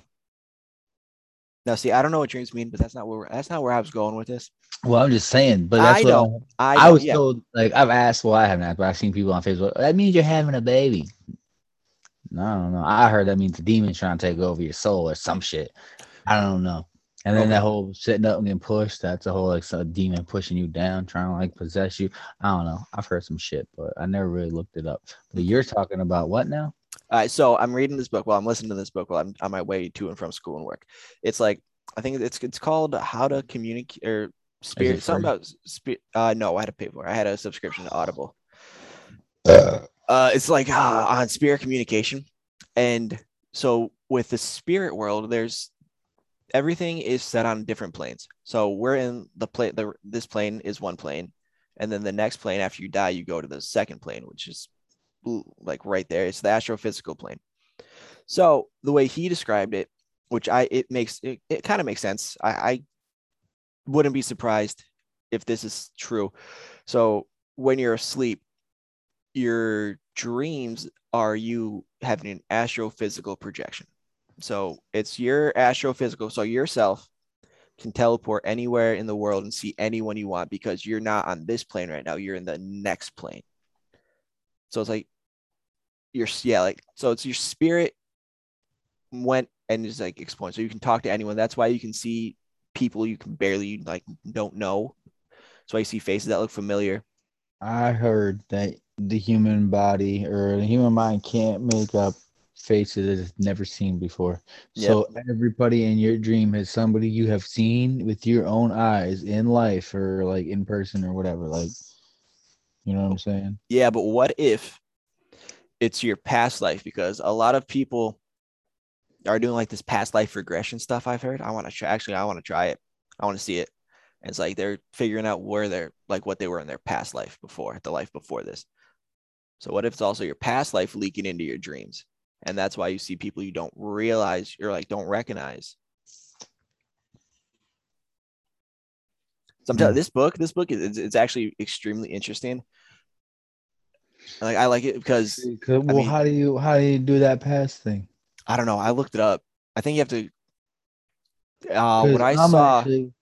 Speaker 1: Now, see, I don't know what dreams mean, but that's not where that's not where I was going with this.
Speaker 2: well i'm just saying but that's
Speaker 1: I
Speaker 2: what
Speaker 1: know. I,
Speaker 2: I, I
Speaker 1: know,
Speaker 2: was
Speaker 1: yeah.
Speaker 2: told like i've asked well i haven't asked but i've seen people on facebook that means you're having a baby no i don't know i heard that means the demon's trying to take over your soul or some shit i don't know and then
Speaker 1: Okay.
Speaker 2: that whole sitting up and getting pushed that's a whole like some demon pushing you down trying to like possess you i don't know i've heard some shit but i never really looked it up but you're talking about what now
Speaker 1: All right, so I'm reading this book while I'm listening to this book while I'm on my way to and from school and work. It's like I think it's it's called How to Communicate or Spirit. Something
Speaker 2: free?
Speaker 1: about spirit. Uh, no, I had to pay for. it. I had a subscription to Audible. Uh, it's like uh, on spirit communication, and so with the spirit world, there's everything is set on different planes. So we're in the plane. The this plane is one plane, and then the next plane after you die, you go to the second plane, which is ooh, like right there. It's the astrophysical plane. So the way he described it, which I it makes it, it kind of makes sense. I, I wouldn't be surprised if this is true. So when you're asleep, your dreams are you having an astrophysical projection. So it's your astrophysical. So yourself can teleport anywhere in the world and see anyone you want because you're not on this plane right now. You're in the next plane. So it's like your yeah, like so it's your spirit went and is like exploring. So you can talk to anyone. That's why you can see people you can barely like don't know. That's why you see faces that look familiar.
Speaker 2: I heard that the human body or the human mind can't make up faces that it's never seen before.
Speaker 1: Yep.
Speaker 2: So everybody in your dream is somebody you have seen with your own eyes in life or like in person or whatever. Like, you know what I'm saying?
Speaker 1: Yeah, but what if it's your past life? Because a lot of people are doing like this past life regression stuff. I've heard. I want to try. Actually, I want to try it. I want to see it. And it's like they're figuring out where they're like what they were in their past life before, the life before this. So what if it's also your past life leaking into your dreams? And that's why you see people you don't realize or like don't recognize. So I'm telling
Speaker 2: Hmm.
Speaker 1: this book, this book is it's, it's actually extremely interesting. Like I like it because
Speaker 2: 'Cause- well,
Speaker 1: mean-
Speaker 2: how do you how do you do that past thing?
Speaker 1: I don't know. I looked it up. I think you have to. Uh, what
Speaker 2: 'Cause
Speaker 1: I
Speaker 2: I'm
Speaker 1: saw. Mm-hmm.
Speaker 2: actually-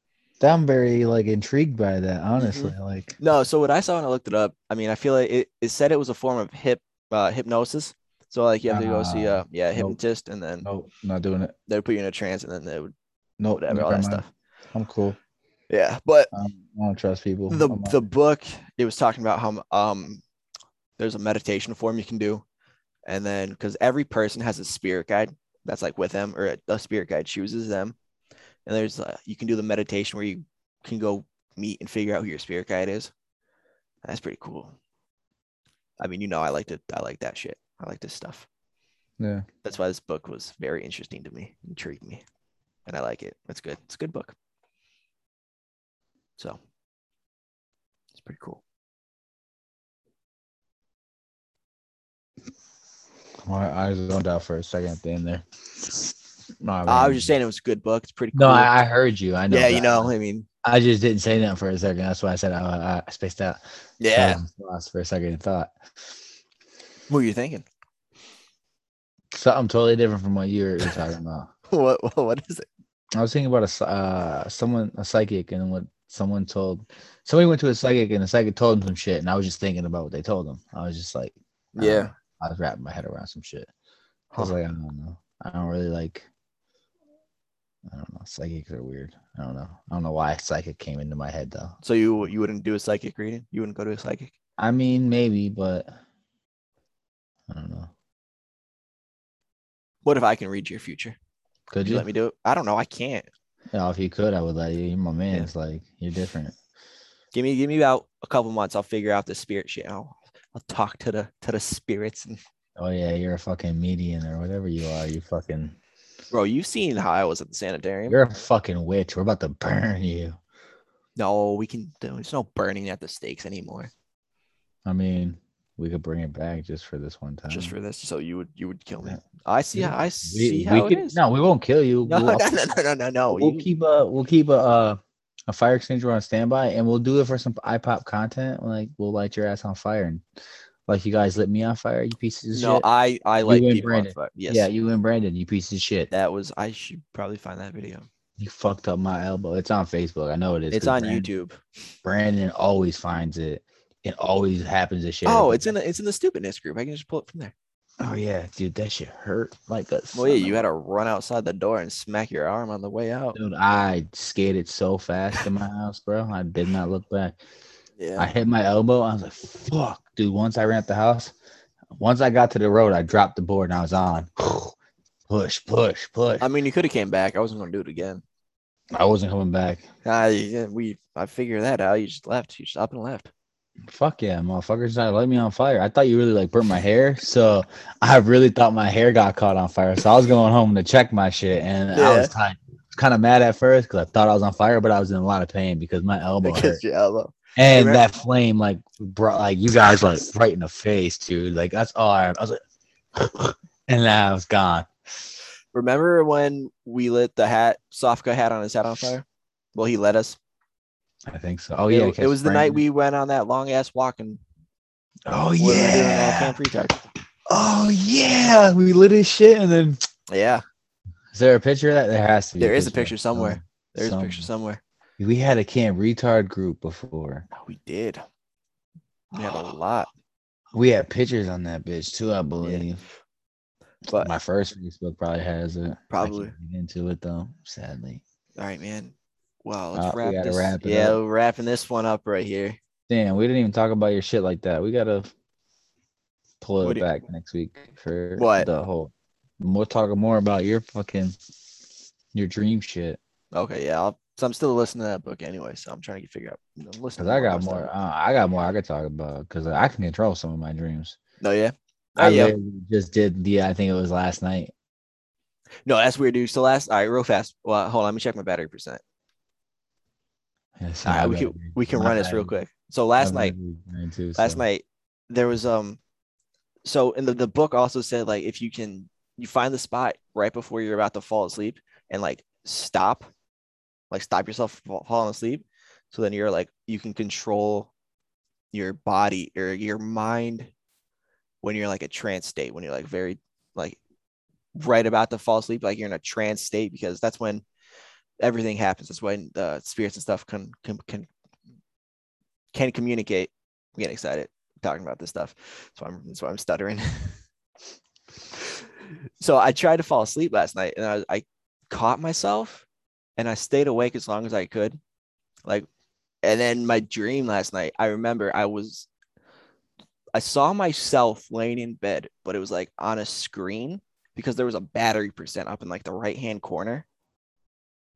Speaker 2: I'm very like intrigued by that, honestly. Like,
Speaker 1: No, so what I saw when I looked it up, I mean, I feel like it, it said it was a form of hip uh, hypnosis. So like you have to go see
Speaker 2: Nah,
Speaker 1: a yeah a
Speaker 2: Ah, nope.
Speaker 1: hypnotist, and then
Speaker 2: nope, not doing it.
Speaker 1: they would put you in a trance, and then they would
Speaker 2: Nope,
Speaker 1: whatever all
Speaker 2: never
Speaker 1: that
Speaker 2: mind.
Speaker 1: stuff.
Speaker 2: I'm cool.
Speaker 1: Yeah, but
Speaker 2: Um, I don't trust people.
Speaker 1: the
Speaker 2: I'm not-
Speaker 1: the book it was talking about how um there's a meditation form you can do, and then because every person has a spirit guide that's like with them or a spirit guide chooses them, and there's uh, you can do the meditation where you can go meet and figure out who your spirit guide is. That's pretty cool. I mean, you know, I like to I like that shit. I like this stuff.
Speaker 2: Yeah.
Speaker 1: That's why this book was very interesting to me, intrigued me, and I like it. It's good. It's a good book. So it's pretty cool.
Speaker 2: My eyes zoned out for a second at the end there. No,
Speaker 1: Uh, I was just saying it was a good book. It's pretty cool.
Speaker 2: No, I, I heard you. I know.
Speaker 1: yeah, you
Speaker 2: that.
Speaker 1: know, I mean,
Speaker 2: I just didn't say that for a second. That's why I said I, I spaced out.
Speaker 1: yeah.
Speaker 2: Um, lost for a second and thought.
Speaker 1: What were you thinking? [LAUGHS]
Speaker 2: Something totally different from what you were talking about.
Speaker 1: What what, what is it?
Speaker 2: I was thinking about a psy- uh, someone a psychic and what someone told. Somebody went to a psychic and the psychic told him some shit, and I was just thinking about what they told him. I was just like, I don't know. I was wrapping my head around some shit. I was
Speaker 1: Huh.
Speaker 2: like, I don't know. I don't really like. I don't know. Psychics are weird. I don't know. I don't know why psychic came into my head though.
Speaker 1: So you you wouldn't do a psychic reading? You wouldn't go to a psychic?
Speaker 2: I mean, maybe, but I don't know.
Speaker 1: What if I can read your future?
Speaker 2: Could
Speaker 1: Would
Speaker 2: you?
Speaker 1: you let me do it? I don't know. I can't.
Speaker 2: No, if you could, I would let you. You're my man.
Speaker 1: Yeah.
Speaker 2: It's like you're different.
Speaker 1: Give me give me about a couple months. I'll figure out the spirit shit. I'll I'll talk to the to the spirits and [LAUGHS]
Speaker 2: Oh yeah, you're a fucking median or whatever you are. You fucking,
Speaker 1: bro. You've seen how I was at the sanitarium.
Speaker 2: you're a fucking witch. We're about to burn you.
Speaker 1: No, we can. There's no burning at the stakes anymore.
Speaker 2: I mean, we could bring it back just for this one time.
Speaker 1: Just for this, so you would you would kill me.
Speaker 2: Uh-huh. Yeah.
Speaker 1: I see.
Speaker 2: Yeah.
Speaker 1: I
Speaker 2: we,
Speaker 1: see
Speaker 2: we
Speaker 1: how
Speaker 2: could,
Speaker 1: it is.
Speaker 2: [LAUGHS] No, we won't kill you.
Speaker 1: [LAUGHS] no, no,
Speaker 2: we'll,
Speaker 1: no, no, no, no, no.
Speaker 2: we'll
Speaker 1: Oh, you-
Speaker 2: keep a we'll keep a uh, a fire extinguisher on standby, and we'll do it for some iPop content. Like we'll light your ass on fire, and like you guys lit me on fire. You pieces of
Speaker 1: no,
Speaker 2: shit.
Speaker 1: I I like
Speaker 2: and
Speaker 1: people on
Speaker 2: Brandon.
Speaker 1: fire. Yes.
Speaker 2: Yeah, you and Brandon, you pieces of shit.
Speaker 1: That was. I should probably find that video.
Speaker 2: You fucked up my elbow. It's on Facebook. I know it is.
Speaker 1: It's
Speaker 2: 'cause
Speaker 1: on
Speaker 2: Brandon,
Speaker 1: YouTube.
Speaker 2: Brandon always finds it. It always happens to share.
Speaker 1: Oh,
Speaker 2: it.
Speaker 1: it's in the it's in the stupidness group. I can just pull it from there.
Speaker 2: Oh yeah, dude, that shit hurt like a.
Speaker 1: Well, Oh, yeah,
Speaker 2: son
Speaker 1: you
Speaker 2: of
Speaker 1: had to run outside the door and smack your arm on the way
Speaker 2: a-
Speaker 1: out.
Speaker 2: Dude, I skated so fast in my house, bro. I did not look back.
Speaker 1: Yeah.
Speaker 2: I hit my elbow. I was like, "Fuck, dude!" Once I ran up the house, once I got to the road, I dropped the board and I was on. [SIGHS] push, push, push.
Speaker 1: I mean, you could have came back. I wasn't going to do it again.
Speaker 2: I wasn't coming back.
Speaker 1: I yeah, we I figured that out. You just left. You just up and left. [LAUGHS]
Speaker 2: Fuck yeah, motherfuckers! I light me on fire. I thought you really like burnt my hair, so I really thought my hair got caught on fire. So I was going home to check my shit, and I was kind of mad at first because I thought I was on fire, but I was in a lot of pain because
Speaker 1: [LAUGHS]
Speaker 2: my elbow hurt,
Speaker 1: Because your elbow.
Speaker 2: and
Speaker 1: remember-
Speaker 2: that flame like brought like you guys like right in the face, dude. Like that's all I. I was like, [LAUGHS] and then I was gone.
Speaker 1: Remember when we lit the hat, Sofka hat on his head on fire? Well, he let us.
Speaker 2: I think so. Oh
Speaker 1: It-
Speaker 2: yeah,
Speaker 1: It,
Speaker 2: because
Speaker 1: was the night
Speaker 2: Brandon-
Speaker 1: we went on that long ass walk and
Speaker 2: Oh
Speaker 1: we were doing that
Speaker 2: yeah.
Speaker 1: camp retard.
Speaker 2: Oh yeah, we lit his shit, and then
Speaker 1: Yeah.
Speaker 2: is there a picture of that? There has to be.
Speaker 1: There is a picture somewhere. There's a
Speaker 2: Some-
Speaker 1: picture somewhere.
Speaker 2: We had a camp retard group before.
Speaker 1: Oh, we did. We
Speaker 2: [GASPS]
Speaker 1: had a lot.
Speaker 2: We had pictures on that bitch too, I believe.
Speaker 1: But
Speaker 2: My first Facebook probably has it. I
Speaker 1: Probably.
Speaker 2: can't get into it though, sadly.
Speaker 1: all right, man. Well, let's
Speaker 2: Uh, we
Speaker 1: wrap
Speaker 2: gotta
Speaker 1: this.
Speaker 2: wrap it
Speaker 1: yeah,
Speaker 2: up.
Speaker 1: we're wrapping this one up right here.
Speaker 2: Damn, we didn't even talk about your shit like that. We gotta pull
Speaker 1: What
Speaker 2: it
Speaker 1: do you-
Speaker 2: back next week for
Speaker 1: What?
Speaker 2: the whole. We'll talk more about your fucking your dream shit.
Speaker 1: Okay, yeah. I'll, so I'm still listening to that book anyway, so I'm trying to figure out. you know, Listen,
Speaker 2: Cause
Speaker 1: to
Speaker 2: I got
Speaker 1: about
Speaker 2: more.
Speaker 1: stuff.
Speaker 2: Uh, I got more I could talk about. Cause I can control some of my dreams.
Speaker 1: No, yeah. Oh,
Speaker 2: I
Speaker 1: yeah.
Speaker 2: literally just did the. I think it was last night.
Speaker 1: No, that's weird, dude. So last, all right, real fast. Well, hold on, let me check my battery percent.
Speaker 2: Yes,
Speaker 1: All
Speaker 2: my
Speaker 1: right, we
Speaker 2: bad.
Speaker 1: can we can
Speaker 2: My
Speaker 1: run this real
Speaker 2: bad.
Speaker 1: quick. So last
Speaker 2: I'm
Speaker 1: night,
Speaker 2: gonna be mine too,
Speaker 1: last
Speaker 2: so.
Speaker 1: night there was um, so in the the book also said like if you can you find the spot right before you're about to fall asleep and like stop, like stop yourself from fa- falling asleep, so then you're like you can control your body or your mind when you're in, like a trance state when you're like very like right about to fall asleep like you're in a trance state because that's when everything happens that's when the spirits and stuff can can can, can communicate i'm getting excited talking about this stuff so i'm that's why i'm stuttering [LAUGHS] so i tried to fall asleep last night and I, I caught myself and i stayed awake as long as i could like and then my dream last night i remember i was I saw myself laying in bed, but it was like on a screen because there was a battery percent up in like the right hand corner.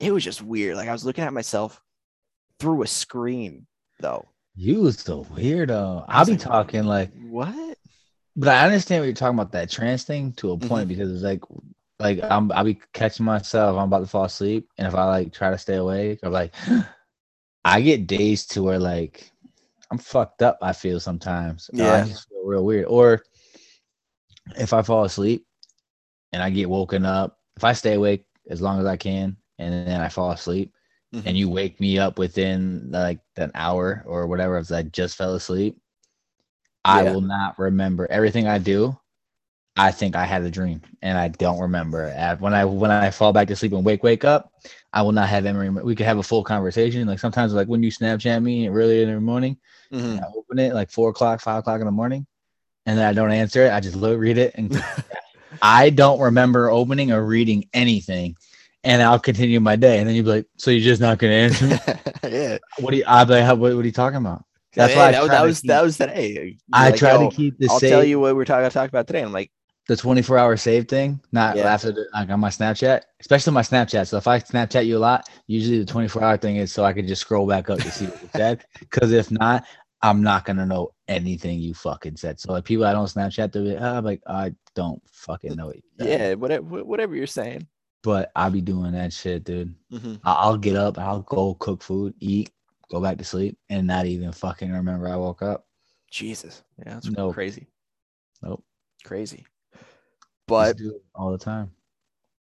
Speaker 1: It was just weird. Like I was looking at myself through a screen though.
Speaker 2: You was the weirdo.
Speaker 1: I
Speaker 2: I'll
Speaker 1: was
Speaker 2: be
Speaker 1: like,
Speaker 2: talking like
Speaker 1: What?
Speaker 2: But I understand what you're talking about that trans thing to a point because it's like, like I'm I'll be catching myself. I'm about to fall asleep, and if I like try to stay awake, I'm like, [GASPS] I get days to where like I'm fucked up. I feel sometimes. Uh,
Speaker 1: Yeah.
Speaker 2: I just feel real weird. Or if I fall asleep and I get woken up, if I stay awake as long as I can, and then I fall asleep,
Speaker 1: Mhm.
Speaker 2: and you wake me up within like an hour or whatever, if I just fell asleep, I
Speaker 1: Yeah.
Speaker 2: will not remember everything I do. I think I had a dream and I don't remember. Uh, When I when I fall back to sleep and wake wake up, I will not have any. rem- We could have a full conversation. Like sometimes, like when you Snapchat me early in the morning,
Speaker 1: Mhm.
Speaker 2: and I open it like four o'clock, five o'clock in the morning, and then I don't answer it. I just look, read it,
Speaker 1: [LAUGHS]
Speaker 2: and I don't remember opening or reading anything. And I'll continue my day. And then you'd be like, "So you're just not gonna answer me?
Speaker 1: [LAUGHS] yeah.
Speaker 2: What do you? I'd be like, "How- what, what are you talking about? [LAUGHS] That's
Speaker 1: Hey,
Speaker 2: why I
Speaker 1: that, was-
Speaker 2: try
Speaker 1: that
Speaker 2: to
Speaker 1: was
Speaker 2: keep-
Speaker 1: that was today. You're
Speaker 2: I
Speaker 1: like,
Speaker 2: try
Speaker 1: "Yo,
Speaker 2: to keep the
Speaker 1: I'll
Speaker 2: save,
Speaker 1: tell you what we're talking about, talk about today. I'm like,
Speaker 2: the 24 hour save thing, not
Speaker 1: Yeah.
Speaker 2: after the, like on my Snapchat, especially my Snapchat. So if I Snapchat you a lot, usually the 24 hour thing is so I can just scroll back up to
Speaker 1: [LAUGHS]
Speaker 2: see what you said. Because if not, I'm not gonna know anything you fucking said. So like people I don't Snapchat, they're like, "Ah," I'm like, I don't fucking know it.
Speaker 1: yeah, whatever, whatever you're saying.
Speaker 2: But I be doing that shit, dude.
Speaker 1: Mhm.
Speaker 2: I- I'll get up, I'll go cook food, eat, go back to sleep, and not even fucking remember I woke up.
Speaker 1: Jesus, yeah, that's
Speaker 2: No.
Speaker 1: crazy,
Speaker 2: Nope.
Speaker 1: crazy.
Speaker 2: Used
Speaker 1: But
Speaker 2: to do it all the time.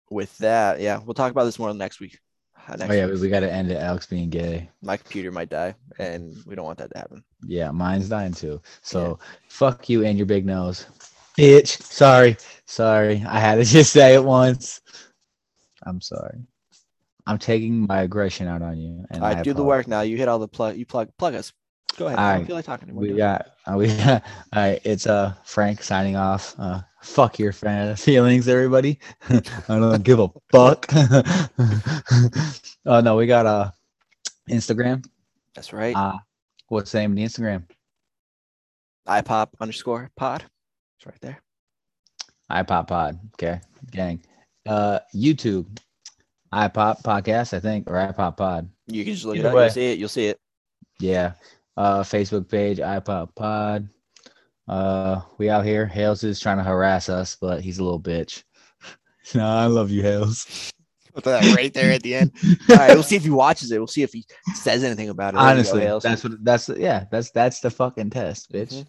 Speaker 1: with that, yeah, we'll talk about this more next week. Uh, Next
Speaker 2: oh yeah,
Speaker 1: week.
Speaker 2: we, we got to end it. Alex being gay.
Speaker 1: my computer might die, and we don't want that to happen.
Speaker 2: Yeah, mine's dying too. So fuck you and your big nose, bitch. Sorry, sorry. I had to [LAUGHS] just say it once. I'm sorry. I'm taking my aggression out on you. And
Speaker 1: I
Speaker 2: I
Speaker 1: do the
Speaker 2: apologize.
Speaker 1: work now. You hit all the plug. You plug plug us. Go ahead. I don't
Speaker 2: Alright.
Speaker 1: feel like talking anymore.
Speaker 2: We
Speaker 1: dude.
Speaker 2: got uh, we [LAUGHS] all right. It's uh Frank signing off. Uh, fuck your fan [LAUGHS] feelings, everybody. [LAUGHS] I don't give a fuck. [LAUGHS] oh no, we got uh Instagram.
Speaker 1: That's right.
Speaker 2: Uh, what's the name of the Instagram?
Speaker 1: iPop underscore pod. It's right there.
Speaker 2: iPop Pod. Okay, gang. Uh, YouTube, iPop Podcast, I think, or iPop Pod.
Speaker 1: You can just look
Speaker 2: Either
Speaker 1: it up.
Speaker 2: way.
Speaker 1: You'll see it. You'll see it.
Speaker 2: Yeah. Uh, Facebook page, iPop Pod. Uh, we out here. Hales is trying to harass us, but he's a little bitch. [LAUGHS] no, I love you, Hales.
Speaker 1: Put that right there at the
Speaker 2: [LAUGHS]
Speaker 1: end. All right. We'll see if he watches it. We'll see if he says anything about it. There you go,
Speaker 2: Honestly,
Speaker 1: Hales.
Speaker 2: that's what that's yeah, that's that's the fucking test, bitch.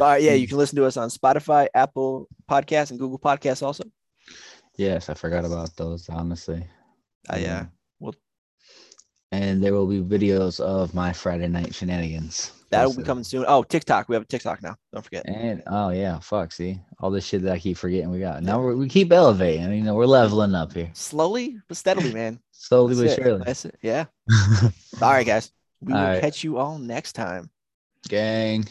Speaker 1: All right. Yeah. You can listen to us on Spotify, Apple Podcasts, and Google Podcasts also.
Speaker 2: [LAUGHS] yes, I forgot about those, honestly.
Speaker 1: Uh, yeah.
Speaker 2: Um,
Speaker 1: Well-
Speaker 2: and there will be videos of my Friday night shenanigans.
Speaker 1: That'll be
Speaker 2: posted.
Speaker 1: coming soon. Oh, TikTok. We have a TikTok now. Don't forget.
Speaker 2: And oh yeah, fuck. See all this shit that I keep forgetting we got. Now we're, we keep elevating. You know we're leveling up here
Speaker 1: Slowly but
Speaker 2: [LAUGHS]
Speaker 1: steadily, man.
Speaker 2: slowly
Speaker 1: That's
Speaker 2: but
Speaker 1: it.
Speaker 2: surely.
Speaker 1: That's it. Yeah. All right, guys. We
Speaker 2: All
Speaker 1: will
Speaker 2: right.
Speaker 1: catch you all next time.
Speaker 2: [LAUGHS] Gang.